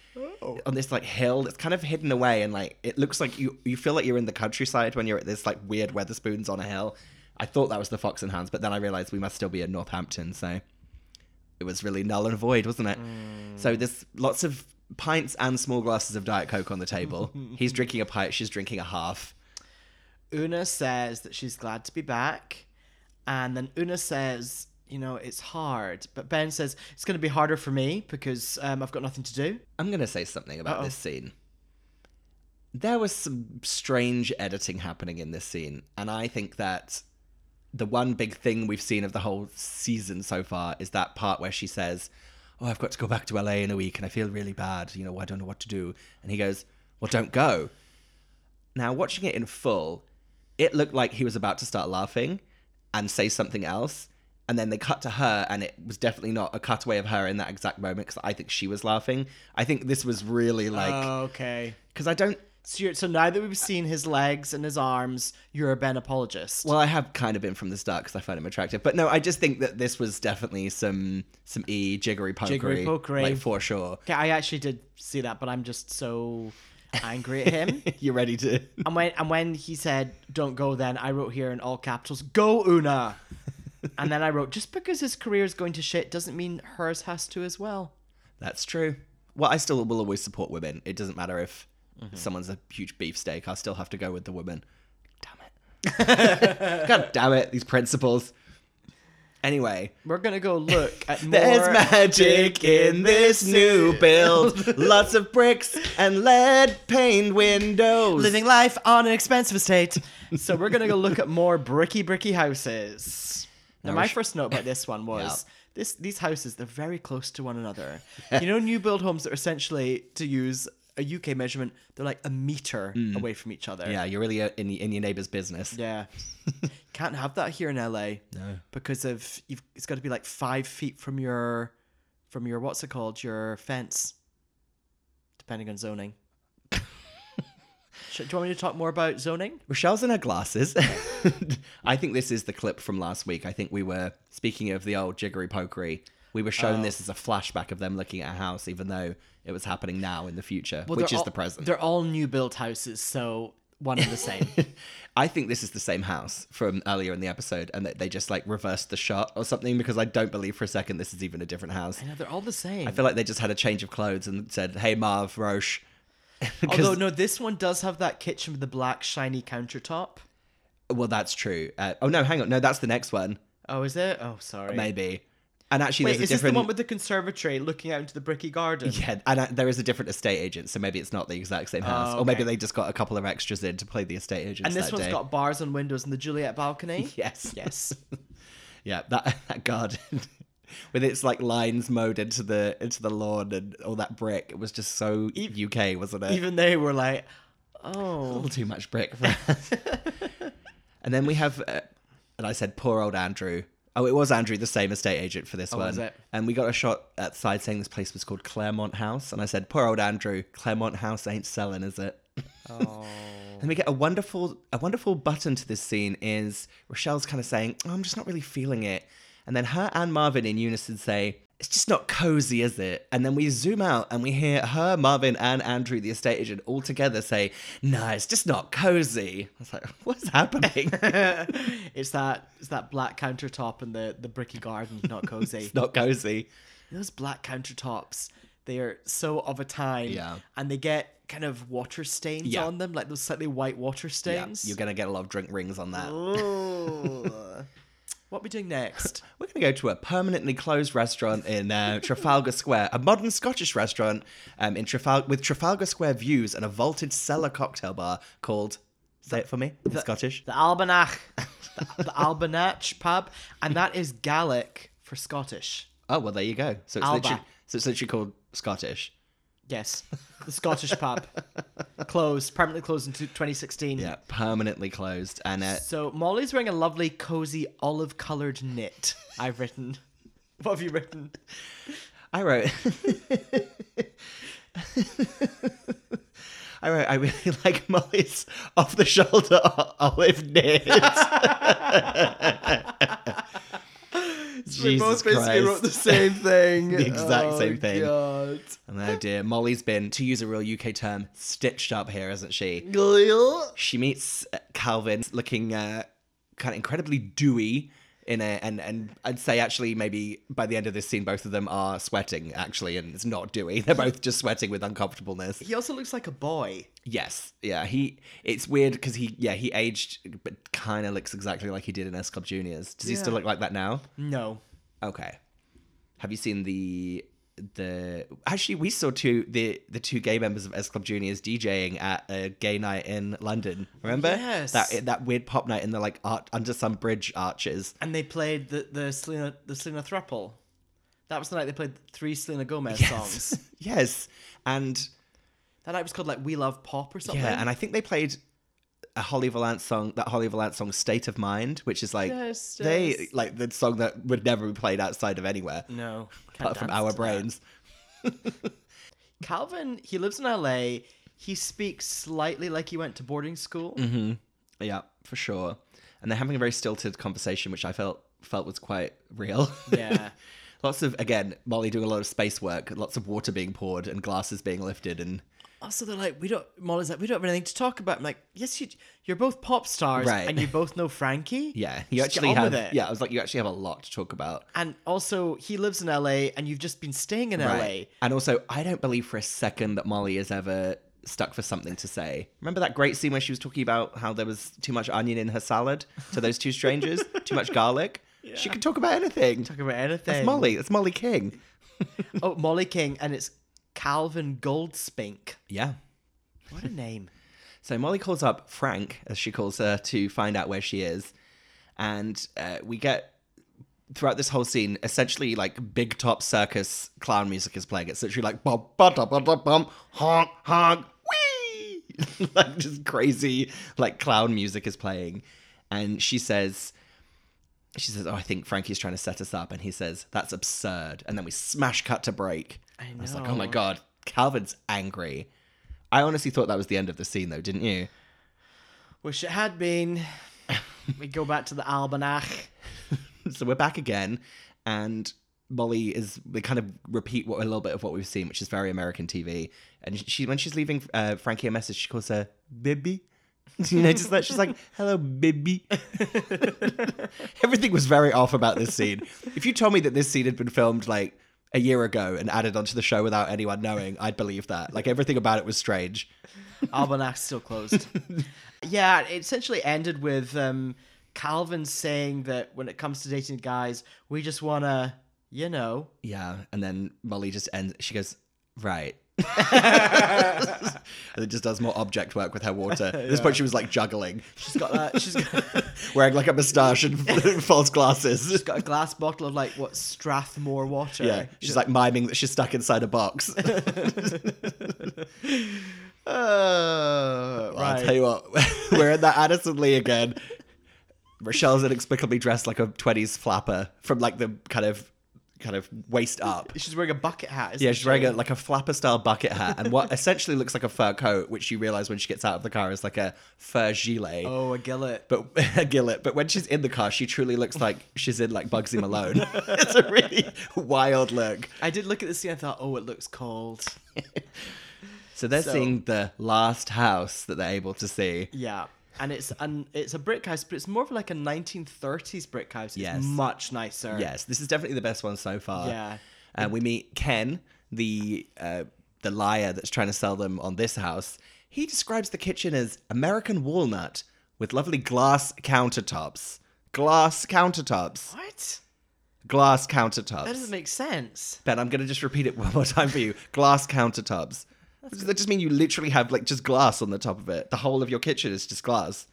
Speaker 5: on this like hill. It's kind of hidden away and like it looks like you you feel like you're in the countryside when you're at this like weird Weatherspoons on a hill. I thought that was the Fox and Hounds, but then I realized we must still be in Northampton, so it was really null and void, wasn't it? So there's lots of pints and small glasses of Diet Coke on the table. He's drinking a pint, she's drinking a half.
Speaker 6: Una says that she's glad to be back. And then Una says, you know, it's hard. But Ben says, it's going to be harder for me because um, I've got nothing to do.
Speaker 5: I'm going to say something about this scene. There was some strange editing happening in this scene, and I think that the one big thing we've seen of the whole season so far is that part where she says, "Oh, I've got to go back to LA in a week and I feel really bad, you know, I don't know what to do." And he goes, "Well, don't go." Now, watching it in full, it looked like he was about to start laughing and say something else. And then they cut to her, and it was definitely not a cutaway of her in that exact moment because I think she was laughing. I think this was really
Speaker 6: Oh.
Speaker 5: like,
Speaker 6: okay.
Speaker 5: because I don't,
Speaker 6: So, you're, so now that we've seen his legs and his arms, you're a Ben apologist.
Speaker 5: well, I have kind of been from the start because I find him attractive. But no, I just think that this was definitely some some e jiggery pokery,
Speaker 6: Jiggery-pokery.
Speaker 5: like for sure.
Speaker 6: okay, I actually did see that, but I'm just so angry at him.
Speaker 5: you ready to?
Speaker 6: and when and when he said don't go then i wrote here in all capitals go una and then i wrote just because his career is going to shit doesn't mean hers has to as well
Speaker 5: That's true. Well, I still will always support women. It doesn't matter if someone's a huge beefsteak. I still have to go with the woman. Damn it! God damn it! These principles. Anyway,
Speaker 6: we're gonna go look at more
Speaker 5: There's magic in this new build. Lots of bricks and lead pane windows.
Speaker 6: living life on an expensive estate so we're gonna go look at more bricky bricky houses now my first note about this one was this these houses they're very close to one another you know new build homes are essentially to use a uk measurement they're like a meter away from each other
Speaker 5: yeah, you're really in, in your neighbor's business.
Speaker 6: Yeah. Can't have that here in LA. No. Because of you've it's gotta be like five feet from your from your what's it called? Your fence. Depending on zoning. Sh- Do you want me to talk more about zoning?
Speaker 5: Rochelle's in her glasses. I think this is the clip from last week. I think we were speaking of the old jiggery pokery. We were
Speaker 6: Oh.
Speaker 5: shown this as a flashback of them looking at a house, even though it was happening now in the future, which
Speaker 6: they're
Speaker 5: is
Speaker 6: all-
Speaker 5: the present.
Speaker 6: They're all new built houses, so one and the same.
Speaker 5: I think this is the same house from earlier in the episode, and that they just like reversed the shot or something because I don't believe for a second this is even a different house.
Speaker 6: no, they're all the same.
Speaker 5: I feel like they just had a change of clothes and said, "Hey, Marv Roche." 'Cause-
Speaker 6: Although no, this one does have that kitchen with the black shiny countertop.
Speaker 5: well, that's true. Uh, oh no, hang on. No, that's the next one,
Speaker 6: Oh, is it? Oh, sorry.
Speaker 5: maybe. And actually,
Speaker 6: Wait,
Speaker 5: there's a
Speaker 6: is this
Speaker 5: different
Speaker 6: the one with the conservatory looking out into the bricky garden?
Speaker 5: Yeah, and uh, there is a different estate agent, so maybe it's not the exact same house, or maybe they just got a couple of extras in to play the estate
Speaker 6: Oh,
Speaker 5: agent.
Speaker 6: And this
Speaker 5: that
Speaker 6: one's
Speaker 5: day.
Speaker 6: got bars on windows and the Juliet balcony.
Speaker 5: yes,
Speaker 6: Yes.
Speaker 5: yeah, that that garden with its like lines mowed into the into the lawn and all that brick. It was just so UK, wasn't it?
Speaker 6: Even they were like,
Speaker 5: a
Speaker 6: oh.
Speaker 5: little too much brick. For us. and then we have, uh, and I said, poor old Andrew. Oh, it was Andrew, the same estate agent for this one.
Speaker 6: was it?
Speaker 5: And we got a shot outside saying this place was called Claremont House, and I said, poor old Andrew, Claremont House ain't selling, is it? And we get a wonderful, a wonderful button to this scene is Rochelle's kind of saying, "Oh, "I'm just not really feeling it," and then her and Marvin in unison say, "It's just not cozy, is it?" And then we zoom out and we hear her, Marvin, and Andrew, the estate agent, all together say, "No, it's just not cozy." I was like, "What's happening?"
Speaker 6: It's that it's that black countertop and the, the bricky garden, not cozy.
Speaker 5: it's not cozy.
Speaker 6: Those black countertops, they are so of a time.
Speaker 5: Yeah.
Speaker 6: And they get kind of water stains
Speaker 5: Yeah.
Speaker 6: on them, like those slightly white water
Speaker 5: Yeah,
Speaker 6: stains.
Speaker 5: you're gonna get a lot of drink rings on that.
Speaker 6: Ooh. what are we doing next?
Speaker 5: We're going to go to a permanently closed restaurant in uh, Trafalgar Square, a modern Scottish restaurant um, in Trafalgar with Trafalgar Square views and a vaulted cellar cocktail bar called. Say it for me. in Scottish.
Speaker 6: The Albanach. the, the Albanach pub. And that is Gaelic for Scottish.
Speaker 5: Oh well, there you go. So it's
Speaker 6: Alba.
Speaker 5: literally so it's literally called Scottish.
Speaker 6: Yes. The Scottish pub. Closed, permanently closed in 2016.
Speaker 5: Yeah, permanently closed, and uh,
Speaker 6: So Molly's wearing a lovely, cozy, olive-colored knit. I've written. What have you written?
Speaker 5: I wrote. I wrote. I really like Molly's off-the-shoulder o- olive knit. it's
Speaker 6: we both
Speaker 5: Jesus
Speaker 6: basically
Speaker 5: Christ.
Speaker 6: wrote the same thing.
Speaker 5: The exact
Speaker 6: Oh,
Speaker 5: same thing.
Speaker 6: God.
Speaker 5: And oh dear, Molly's been, to use a real UK term, stitched up here, isn't she?
Speaker 6: Glil.
Speaker 5: She meets uh, Calvin looking uh, kind of incredibly dewy. In a, and and I'd say actually maybe by the end of this scene both of them are sweating actually and it's not dewy they're both just sweating with uncomfortableness
Speaker 6: He also looks like a boy.
Speaker 5: Yes, yeah. He it's weird because he yeah he aged, but kind of looks exactly like he did in S Club Juniors. Does he still
Speaker 6: Yeah.
Speaker 5: look like that now?
Speaker 6: No.
Speaker 5: Okay. Have you seen the the actually we saw two the the two gay members of S Club Juniors DJing at a gay night in London. Remember?
Speaker 6: Yes.
Speaker 5: That that weird pop night in the like art under some bridge arches.
Speaker 6: And they played the the Selena the Selena Thruple. That was the night they played three Selena Gomez songs.
Speaker 5: yes, and
Speaker 6: That night was called like We Love Pop or something.
Speaker 5: yeah, and I think they played a Holly Valance song, that Holly Valance song, "State of Mind," which is like
Speaker 6: Yes,
Speaker 5: they
Speaker 6: yes.
Speaker 5: like the song that would never be played outside of anywhere
Speaker 6: no, can't
Speaker 5: apart from
Speaker 6: dance
Speaker 5: our
Speaker 6: to that.
Speaker 5: brains.
Speaker 6: Calvin, he lives in LA. He speaks slightly like he went to boarding school.
Speaker 5: Mm-hmm. Yeah, for sure. And they're having a very stilted conversation, which I felt felt was quite real.
Speaker 6: Yeah.
Speaker 5: lots of again Molly doing a lot of space work, lots of water being poured and glasses being lifted, and
Speaker 6: Also, they're like, we don't. Molly's like, we don't have anything to talk about. I'm like, yes, you. You're both pop stars,
Speaker 5: Right.
Speaker 6: and you both know Frankie.
Speaker 5: yeah, you
Speaker 6: Just get
Speaker 5: actually
Speaker 6: on with
Speaker 5: have
Speaker 6: it.
Speaker 5: yeah. I was like, you actually have a lot to talk about.
Speaker 6: And also, he lives in LA, and you've just been staying in
Speaker 5: Right. And also, I don't believe for a second that Molly is ever stuck for something to say. Remember that great scene where she was talking about how there was too much onion in her salad to those two strangers, too much garlic? She could talk about anything.
Speaker 6: LA. Talk about anything.
Speaker 5: That's Molly. That's Molly King.
Speaker 6: Oh, Molly King, and it's Calvin Goldspink.
Speaker 5: Yeah.
Speaker 6: What a name.
Speaker 5: So Molly calls up Frank, as she calls her, to find out where she is. And uh, we get throughout this whole scene, essentially like big top circus clown music is playing. It's literally like bum ba da ba da bum honk honk wee, like just crazy like clown music is playing. And she says, she says, "Oh, I think Frankie's trying to set us up." And he says, "That's absurd." And then we smash cut to break. I, was like, "Oh my god, Calvin's angry." I honestly thought that was the end of the scene, though, didn't you?
Speaker 6: Wish it had been. we go back to the almanac.
Speaker 5: so we're back again, and Molly is they kind of repeat what, a little bit of what we've seen, which is very American TV. And she when she's leaving uh, Frankie a message, she calls her "baby." Do you notice that she's like, "Hello, baby." Everything was very off about this scene. If you told me that this scene had been filmed like a year ago and added onto the show without anyone knowing, I'd believe that. Like everything about it was strange.
Speaker 6: Almanac's still closed. yeah, it essentially ended with um, Calvin saying that when it comes to dating guys, we just want to, you know.
Speaker 5: Yeah, and then Molly just ends. She goes, "Right," and it just does more object work with her water. At this point, she was like juggling,
Speaker 6: She's got that. She's got,
Speaker 5: wearing like a moustache and false glasses.
Speaker 6: got a glass bottle of like what Strathmore water.
Speaker 5: Yeah, she's like miming that she's stuck inside a box.
Speaker 6: Uh,
Speaker 5: Well, I'll
Speaker 6: right.
Speaker 5: tell you what, we're in that Addison Lee again. Rochelle's inexplicably dressed like a '20s flapper from like the kind of kind of waist up.
Speaker 6: She's wearing a bucket hat. Isn't
Speaker 5: Yeah, she's wearing
Speaker 6: she?
Speaker 5: a, like a flapper style bucket hat and what essentially looks like a fur coat, which you realize when she gets out of the car is like a fur gilet.
Speaker 6: Oh, a gillet.
Speaker 5: But a gillet. But when she's in the car, she truly looks like she's in like Bugsy Malone. it's a really wild look.
Speaker 6: I did look at this scene. I thought, oh, it looks cold.
Speaker 5: So they're
Speaker 6: So-
Speaker 5: seeing the last house that they're able to see.
Speaker 6: Yeah. And it's an it's a brick house, but it's more of like a 1930s brick house. It's
Speaker 5: Yes.
Speaker 6: much nicer.
Speaker 5: Yes, this is definitely the best one so far.
Speaker 6: Yeah.
Speaker 5: Uh, we meet Ken, the uh, the liar that's trying to sell them on this house. He describes the kitchen as American walnut with lovely glass countertops. Glass countertops.
Speaker 6: What?
Speaker 5: Glass countertops.
Speaker 6: That doesn't make sense.
Speaker 5: ben, I'm going to just repeat it one more time for you. Glass countertops. Does that just mean you literally have like just glass on the top of it? The whole of your kitchen is just glass.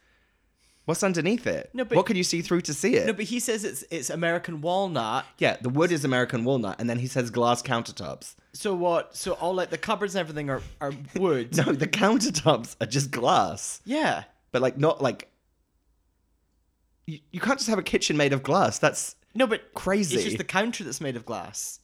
Speaker 5: What's underneath it?
Speaker 6: No, but-
Speaker 5: what can you see through to see it?
Speaker 6: No, but he says it's it's American walnut.
Speaker 5: yeah, the wood is American walnut, and then he says glass countertops.
Speaker 6: So what? So all like the cupboards and everything are are wood.
Speaker 5: No, the countertops are just glass,
Speaker 6: Yeah.
Speaker 5: but like not like. You, you can't just have a kitchen made of glass. That's
Speaker 6: No, but
Speaker 5: Crazy.
Speaker 6: It's just the counter that's made of glass.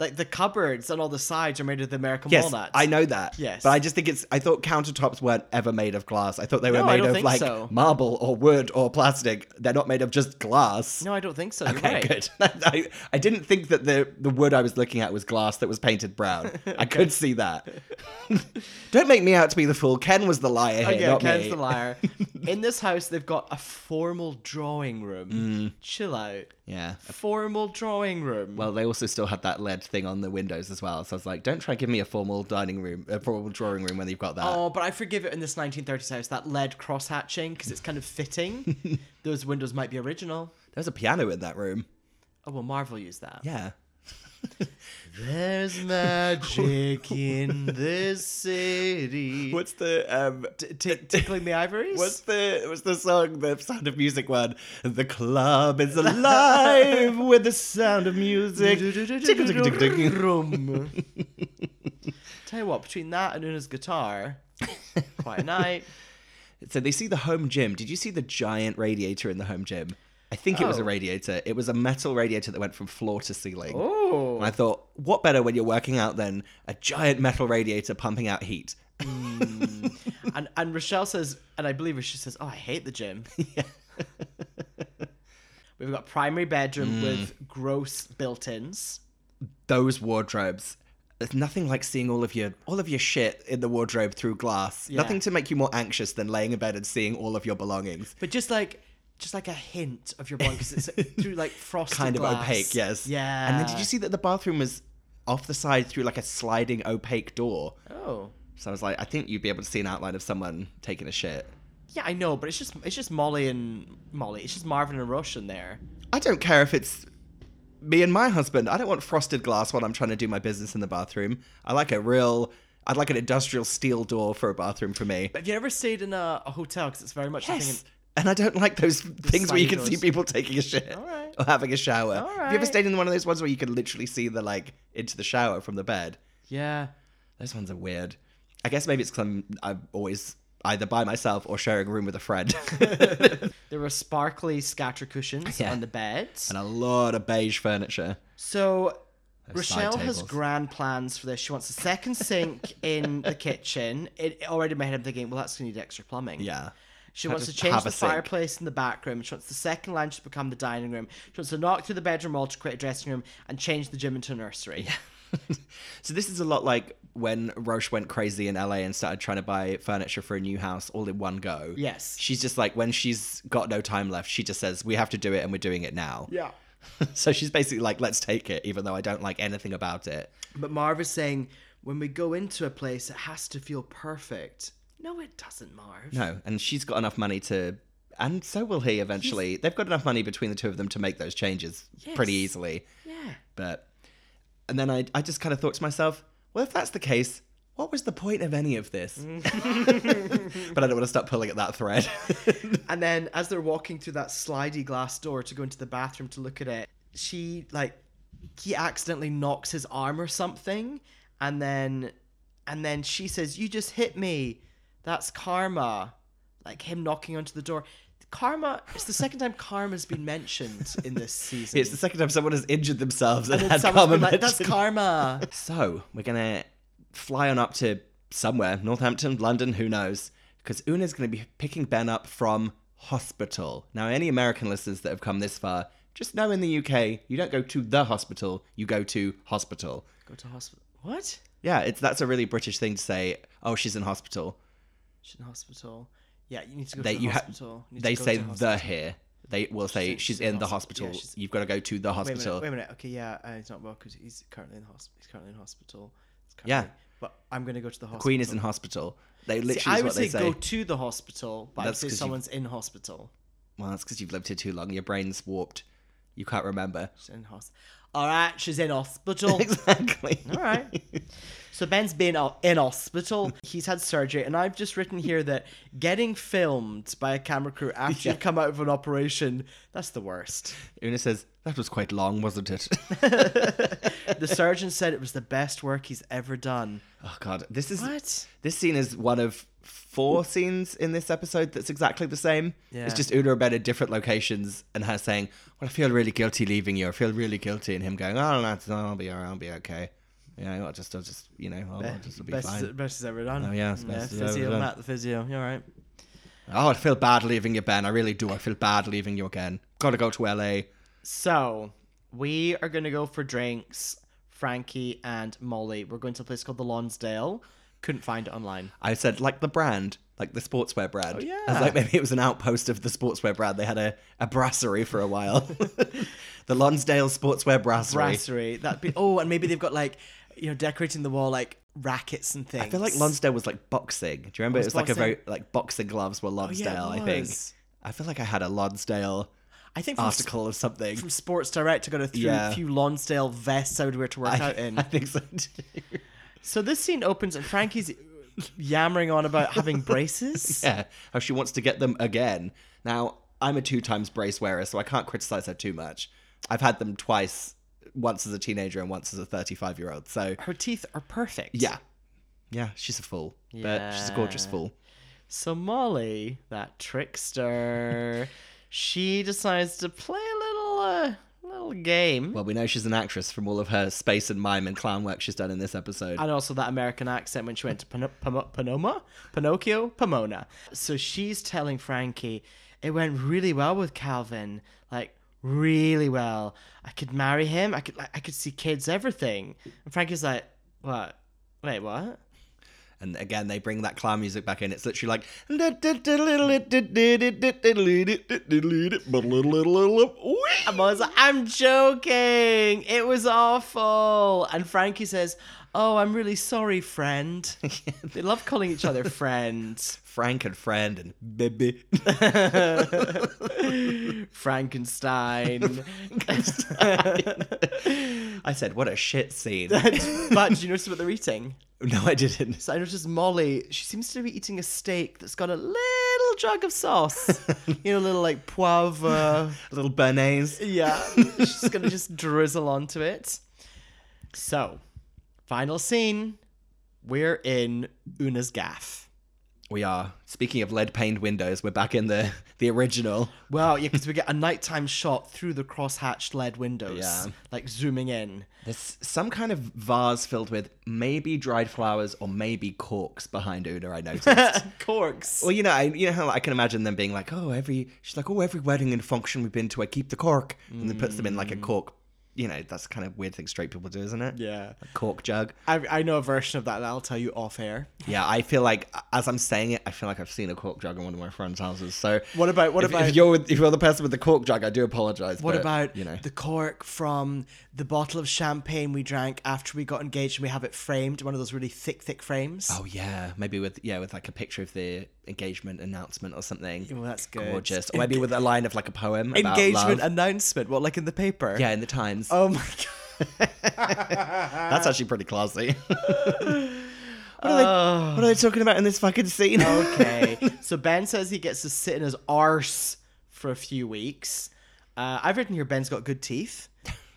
Speaker 6: Like the cupboards and all the sides are made of the American
Speaker 5: Yes,
Speaker 6: walnuts.
Speaker 5: I know that.
Speaker 6: Yes.
Speaker 5: but I just think it's. I thought countertops weren't ever made of glass. I thought they were
Speaker 6: No, I
Speaker 5: made
Speaker 6: don't
Speaker 5: of
Speaker 6: think
Speaker 5: like
Speaker 6: so.
Speaker 5: marble or wood or plastic. They're not made of just glass.
Speaker 6: No, I don't think so. You're
Speaker 5: Okay,
Speaker 6: right.
Speaker 5: good. I, I didn't think that the, the wood I was looking at was glass that was painted brown. I could see that. Don't make me out to be the fool. Ken was the liar here,
Speaker 6: Okay,
Speaker 5: not
Speaker 6: Oh, Ken's
Speaker 5: me.
Speaker 6: the liar. In this house, they've got a formal drawing room. Chill out.
Speaker 5: Yeah.
Speaker 6: Formal drawing room.
Speaker 5: Mm. Well, Oh, they also still had that lead thing on the windows as well. So I was like, don't try and give me a formal dining room, a formal drawing room when you've got that.
Speaker 6: Oh, but I forgive it in this 1930s house, that lead cross hatching, because it's kind of fitting. Those windows might be original.
Speaker 5: There's a piano in that room.
Speaker 6: Oh, well, Marvel used that.
Speaker 5: Yeah.
Speaker 6: There's magic in this city.
Speaker 5: What's the um?
Speaker 6: T- tickling the ivories?
Speaker 5: What's the what's the song? The Sound of Music one. The club is alive with the sound of music. Tickle, tickle, tickle, tickle.
Speaker 6: Room. Tell you what, between that and Una's guitar, quite a night.
Speaker 5: So they see the home gym. Did you see the giant radiator in the home gym? I think it was a
Speaker 6: Oh.
Speaker 5: radiator. It was a metal radiator that went from floor to ceiling. Oh. I thought, what better when you're working out than a giant metal radiator pumping out heat?
Speaker 6: And and Rochelle says, and I believe her, she says, "Oh, I hate the gym." We've got primary
Speaker 5: Mm.
Speaker 6: bedroom with gross built-ins.
Speaker 5: Those wardrobes. There's nothing like seeing all of your all of your shit in the wardrobe through glass. Nothing to make you more anxious than laying in bed and seeing all of your belongings.
Speaker 6: But just like just like a hint of your blankets it's through like frosted
Speaker 5: Kind
Speaker 6: glass.
Speaker 5: of opaque, yes.
Speaker 6: Yeah.
Speaker 5: And then did you see that the bathroom was off the side through like a sliding opaque door?
Speaker 6: Oh.
Speaker 5: So I was like, I think you'd be able to see an outline of someone taking a shit.
Speaker 6: Yeah, I know, but it's just it's just Molly and Molly. It's just Marvin and Rush in there.
Speaker 5: I don't care if it's me and my husband. I don't want frosted glass while I'm trying to do my business in the bathroom. I like a real, I'd like an industrial steel door for a bathroom for me.
Speaker 6: Have you ever stayed in a, a hotel? Because it's very much I think,
Speaker 5: Yes. And I don't like those things where you can see
Speaker 6: doors.
Speaker 5: people taking a shit
Speaker 6: right.
Speaker 5: or having a shower.
Speaker 6: All
Speaker 5: Have you ever
Speaker 6: right.
Speaker 5: stayed in one of those ones where you can literally see the like into the shower from the bed?
Speaker 6: yeah.
Speaker 5: Those ones are weird. I guess maybe it's because I'm, I'm always either by myself or sharing a room with a friend.
Speaker 6: There were sparkly scatter cushions
Speaker 5: Yeah.
Speaker 6: on the beds.
Speaker 5: and a lot of beige furniture.
Speaker 6: So Rochelle
Speaker 5: side
Speaker 6: has
Speaker 5: tables.
Speaker 6: grand plans for this. She wants a second sink in the kitchen. It already in my head I'm thinking, well, that's gonna need extra plumbing.
Speaker 5: Yeah.
Speaker 6: She
Speaker 5: Can't
Speaker 6: wants to
Speaker 5: just
Speaker 6: change
Speaker 5: have
Speaker 6: the
Speaker 5: a sink.
Speaker 6: fireplace in the back room. She wants the second lounge to become the dining room. She wants to knock through the bedroom wall to create a dressing room and change the gym into a nursery.
Speaker 5: So this is a lot like when Roche went crazy in LA and started trying to buy furniture for a new house all in one go.
Speaker 6: Yes.
Speaker 5: She's just like when she's got no time left, she just says, We have to do it and we're doing it now.
Speaker 6: Yeah.
Speaker 5: So she's basically like, let's take it, even though I don't like anything about it.
Speaker 6: But Marv is saying, when we go into a place, it has to feel perfect. No, it doesn't, Marv.
Speaker 5: No. And she's got enough money to and so will he eventually. They've got enough money between the two of them to make those changes pretty easily.
Speaker 6: Yeah.
Speaker 5: But and then I I just kind of thought to myself, well, if that's the case, what was the point of any of this?
Speaker 6: Mm.
Speaker 5: but I don't want to start pulling at that thread.
Speaker 6: And then as they're walking through that slidey glass door to go into the bathroom to look at it, she like he accidentally knocks his arm or something, and then and then she says, "You just hit me. That's karma." Like him knocking onto the door. Karma. It's the second time karma's been mentioned in this season.
Speaker 5: It's the second time someone has injured themselves and,
Speaker 6: And
Speaker 5: had
Speaker 6: someone's
Speaker 5: karma
Speaker 6: been like, That's
Speaker 5: mentioned.
Speaker 6: karma.
Speaker 5: So we're gonna fly on up to somewhere, Northampton, London, who knows? Because Una's gonna be picking Ben up from hospital. Now, any American listeners that have come this far, just know in the UK you don't go to the hospital, you go to hospital.
Speaker 6: go to hospital. What?
Speaker 5: Yeah, it's that's a really British thing to say. Oh, she's in hospital.
Speaker 6: She's in hospital. Yeah, you need to go
Speaker 5: They
Speaker 6: to
Speaker 5: you have
Speaker 6: hospital. You need to
Speaker 5: they
Speaker 6: go
Speaker 5: say
Speaker 6: to
Speaker 5: the
Speaker 6: hospital.
Speaker 5: here. They will say
Speaker 6: in-
Speaker 5: she's,
Speaker 6: she's
Speaker 5: in,
Speaker 6: in
Speaker 5: the
Speaker 6: hospital.
Speaker 5: hospital.
Speaker 6: Yeah, she's-
Speaker 5: You've got to go to the
Speaker 6: Wait a
Speaker 5: hospital.
Speaker 6: minute. Wait a minute. Okay, yeah, uh, he's not well because he's currently in hospital. He's currently in hospital. He's
Speaker 5: Yeah.
Speaker 6: currently- but I'm gonna go to the hospital.
Speaker 5: Queen is in hospital. They literally
Speaker 6: See, I
Speaker 5: is
Speaker 6: would
Speaker 5: what
Speaker 6: say,
Speaker 5: they say.
Speaker 6: go to the hospital, but
Speaker 5: That's
Speaker 6: I would say
Speaker 5: 'cause you-
Speaker 6: someone's in hospital.
Speaker 5: Well, that's because you've lived here too long. Your brain's warped. You can't remember.
Speaker 6: She's in hospital. All right, she's in hospital.
Speaker 5: Exactly.
Speaker 6: All right. So Ben's been o- in hospital. He's had surgery, and I've just written here that getting filmed by a camera crew after you've come out of an operation—that's the worst.
Speaker 5: Una says, that was quite long, wasn't it?
Speaker 6: The surgeon said it was the best work he's ever done.
Speaker 5: oh god. This is
Speaker 6: What?
Speaker 5: this scene is one of four scenes in this episode that's exactly the same.
Speaker 6: Yeah.
Speaker 5: It's just Una about at different locations and her saying, Well, I feel really guilty leaving you, I feel really guilty and him going, Oh no, it's- I'll be alright, I'll be okay. Yeah, I'll just I'll just you know, I'll, I'll just I'll be
Speaker 6: best,
Speaker 5: fine.
Speaker 6: best he's ever done.
Speaker 5: Oh, yeah, it's best he's ever
Speaker 6: physio,
Speaker 5: done.
Speaker 6: Matt, the physio. You all right?
Speaker 5: Oh, I feel bad leaving you, Ben. I really do. I feel bad leaving you again. Gotta go to LA.
Speaker 6: So we are gonna go for drinks. Frankie and Molly. We're going to a place called the Lonsdale. Couldn't find it online.
Speaker 5: I said, like the brand, like the sportswear brand.
Speaker 6: Oh, yeah.
Speaker 5: I was like, maybe it was an outpost of the sportswear brand. They had a, a brasserie for a while. the Lonsdale Sportswear Brasserie.
Speaker 6: Brasserie. That'd be. Oh, and maybe they've got like, you know, decorating the wall like rackets and things.
Speaker 5: I feel like Lonsdale was like boxing. Do you remember?
Speaker 6: was
Speaker 5: it was like a
Speaker 6: boxing? Oh,
Speaker 5: very, like boxing gloves were Lonsdale, I think.
Speaker 6: was.
Speaker 5: I feel like I had a Lonsdale
Speaker 6: I think from,
Speaker 5: article or something.
Speaker 6: from Sports Direct, I got a few,
Speaker 5: Yeah.
Speaker 6: few Lonsdale vests I would wear to work
Speaker 5: I,
Speaker 6: out in.
Speaker 5: I think so too.
Speaker 6: So this scene opens and Frankie's yammering on about having braces.
Speaker 5: Yeah, how she wants to get them again. Now, I'm a two times brace wearer, so I can't criticize her too much. I've had them twice, once as a teenager and once as a 35 year old. So,
Speaker 6: Her teeth are perfect.
Speaker 5: yeah. Yeah, she's a fool, but she's a gorgeous
Speaker 6: Yeah.
Speaker 5: fool.
Speaker 6: So Molly, that trickster, she decides to play a little uh, little game.
Speaker 5: Well, we know she's an actress from all of her space and mime and clown work she's done in this episode.
Speaker 6: and also that American accent when she went to Pano- Pano- Panoma, Pinocchio, Pomona. So she's telling Frankie, it went really well with Calvin, like really well. I could marry him. I could, like, I could see kids, everything. And Frankie's like, what? Wait, what?
Speaker 5: And again, they bring that clown music back in. It's literally like. Wee!
Speaker 6: And Molly's like, I'm joking. It was awful. And Frankie says, oh, I'm really sorry, friend. they love calling each other friends.
Speaker 5: Frank and friend and baby.
Speaker 6: Frankenstein.
Speaker 5: I said, what a shit scene.
Speaker 6: but do you notice what they're eating?
Speaker 5: no, I didn't.
Speaker 6: So I noticed Molly, she seems to be eating a steak that's got a little jug of sauce. you know, a little like poivre.
Speaker 5: A little Bernays.
Speaker 6: yeah. She's going to just drizzle onto it. So, final scene. We're in Una's gaff.
Speaker 5: We are. Speaking of lead paned windows, we're back in the the original.
Speaker 6: Well, yeah, because we get a nighttime shot through the crosshatched lead windows.
Speaker 5: Yeah.
Speaker 6: Like zooming in.
Speaker 5: There's some kind of vase filled with maybe dried flowers or maybe corks behind Una, I noticed.
Speaker 6: Corks.
Speaker 5: well, you know, I, you know how I can imagine them being like, oh, every, she's like, oh, every wedding and function we've been to, I keep the cork. And then puts them in like a cork. You know, that's the kind of weird thing straight people do, isn't it?
Speaker 6: Mm. Yeah.
Speaker 5: A cork jug.
Speaker 6: I, I know a version of that that I'll tell you off air.
Speaker 5: Yeah, I feel like as I'm saying it, I feel like I've seen a cork jug in one of my friends' houses. So
Speaker 6: What about- what
Speaker 5: if,
Speaker 6: about-
Speaker 5: if you're with, if you're the person with the cork jug? I do apologize.
Speaker 6: What
Speaker 5: but,
Speaker 6: about
Speaker 5: you know?
Speaker 6: the cork from the bottle of champagne we drank after we got engaged and we have it framed, one of those really thick, thick frames?
Speaker 5: Oh yeah, maybe with yeah with like a picture of the engagement announcement or something.
Speaker 6: Well, that's good.
Speaker 5: Gorgeous. Or maybe with a line of like a poem. about
Speaker 6: engagement
Speaker 5: love.
Speaker 6: announcement. What, like in the paper?
Speaker 5: yeah, in the Times.
Speaker 6: Oh my god.
Speaker 5: that's actually pretty classy. Uh, Oh. what, are they, what are they talking about in this fucking scene?
Speaker 6: Okay. so Ben says he gets to sit in his arse for a few weeks. Uh, I've written here Ben's got good teeth.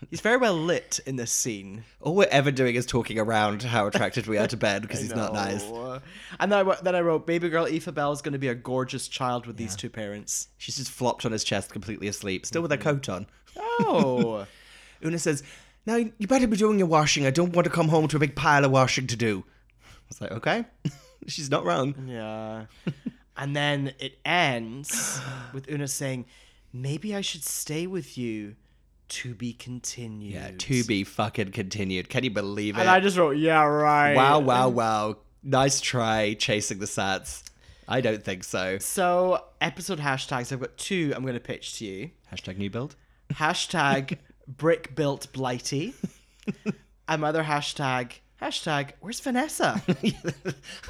Speaker 6: He's very well lit in this scene.
Speaker 5: All we're ever doing is talking around how attracted we are to Ben because he's not nice.
Speaker 6: No. And then I, wa- then I wrote, baby girl Aoife Bell is going to be a gorgeous child with these two parents.
Speaker 5: She's just flopped on his chest, completely asleep, still with her coat on.
Speaker 6: Oh.
Speaker 5: Una says, "Now you better be doing your washing. I don't want to come home to a big pile of washing to do." I was like, "Okay." She's not wrong.
Speaker 6: Yeah. and then it ends with Una saying, Maybe I should stay with you to be continued.
Speaker 5: Yeah, to be fucking continued. Can you believe it?
Speaker 6: And I just wrote, Yeah, right.
Speaker 5: wow, wow, wow. Nice try chasing the sats. I don't think so.
Speaker 6: So, episode hashtags, I've got two I'm going to pitch to you.
Speaker 5: Hashtag new build.
Speaker 6: Hashtag brick built blighty. and my other hashtag, hashtag, where's Vanessa?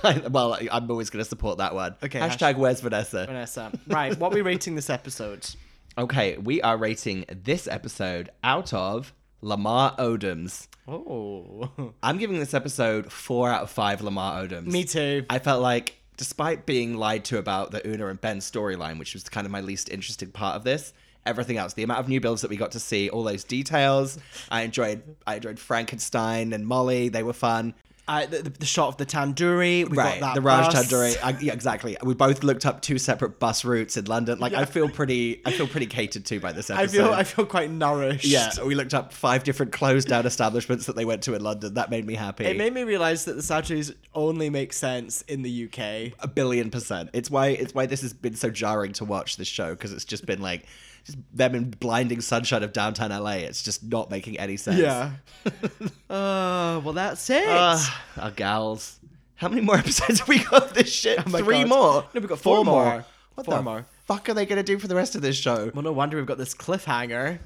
Speaker 5: I- well, I- I'm always going to support that one.
Speaker 6: Okay,
Speaker 5: Hashtag where's Vanessa?
Speaker 6: Vanessa. Right, what are we rating this episode?
Speaker 5: Okay, we are rating this episode out of Lamar Odoms.
Speaker 6: Oh.
Speaker 5: I'm giving this episode four out of five Lamar Odoms.
Speaker 6: Me too.
Speaker 5: I felt like, despite being lied to about the Una and Ben storyline, which was kind of my least interesting part of this, everything else, the amount of new builds that we got to see, all those details, I enjoyed. I enjoyed Frankenstein and Molly. They were fun.
Speaker 6: I, the, the- the shot of the tandoori. We
Speaker 5: Right,
Speaker 6: got that
Speaker 5: the Raj
Speaker 6: bus.
Speaker 5: Tandoori. I, yeah, exactly. We both looked up two separate bus routes in London. Like, I feel pretty. I feel pretty catered to by this episode.
Speaker 6: I feel I feel quite nourished.
Speaker 5: yeah, we looked up five different closed down establishments that they went to in London. That made me happy.
Speaker 6: It made me realize that the Saturdays only make sense in the UK.
Speaker 5: a billion percent. It's why it's why this has been so jarring to watch this show because it's just been like just them in blinding sunshine of downtown LA. It's just not making any sense.
Speaker 6: uh, well, that's it.
Speaker 5: Ugh, our gals. How many more episodes have we got of this shit?
Speaker 6: Oh my
Speaker 5: Three
Speaker 6: God.
Speaker 5: more.
Speaker 6: No, we got four more.
Speaker 5: What
Speaker 6: Four
Speaker 5: the
Speaker 6: more.
Speaker 5: fuck are they gonna do for the rest of this show?
Speaker 6: well, no wonder we've got this cliffhanger.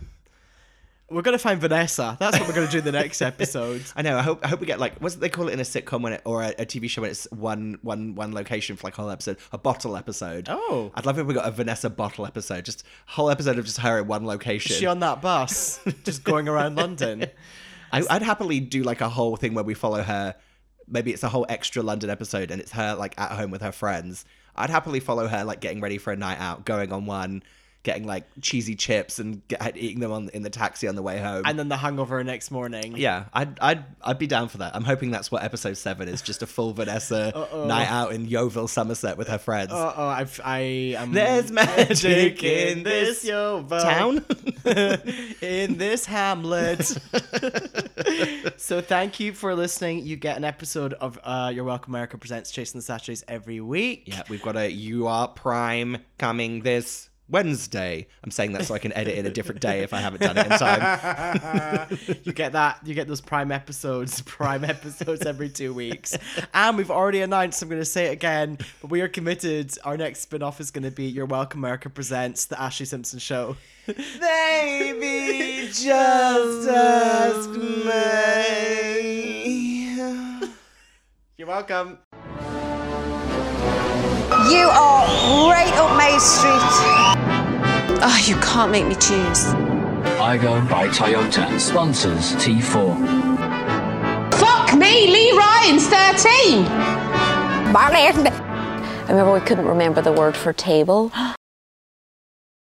Speaker 6: We're gonna find Vanessa. That's what we're gonna do in the next episode.
Speaker 5: I know. I hope. I hope we get like what's it they call it in a sitcom when it or a, a TV show when it's one one one location for like a whole episode, a bottle episode.
Speaker 6: Oh.
Speaker 5: I'd love if we got a Vanessa bottle episode, just a whole episode of just her in one location.
Speaker 6: Is she on that bus, just going around London?
Speaker 5: I, I'd happily do like a whole thing where we follow her. Maybe it's a whole extra London episode and it's her like at home with her friends. I'd happily follow her like getting ready for a night out, going on one, getting like cheesy chips and get, eating them on in the taxi on the way home.
Speaker 6: And then the hangover next morning.
Speaker 5: yeah, I'd I'd I'd be down for that. I'm hoping that's what episode seven is just a full Vanessa night out in Yeovil, Somerset with her friends.
Speaker 6: Uh oh, I've, I am.
Speaker 5: There's magic in this
Speaker 6: yo
Speaker 5: town.
Speaker 6: in this hamlet so thank you for listening you get an episode of uh, your welcome america presents chasing the saturdays every week
Speaker 5: Yeah, we've got a You Are Prime coming this Wednesday. I'm saying that so I can edit it a different day if I haven't done it in time.
Speaker 6: you get that you get those prime episodes prime episodes every two weeks and we've already announced i'm going to say it again but we are committed our next spin-off is going to be your welcome america presents the ashley simpson show
Speaker 5: Baby, just ask me.
Speaker 6: you're welcome
Speaker 1: You are right up my street.
Speaker 2: Oh, you can't make me choose.
Speaker 3: Igo by Toyota sponsors T4.
Speaker 4: Fuck me, Lee Ryan's 13.
Speaker 2: I remember we couldn't remember the word for table.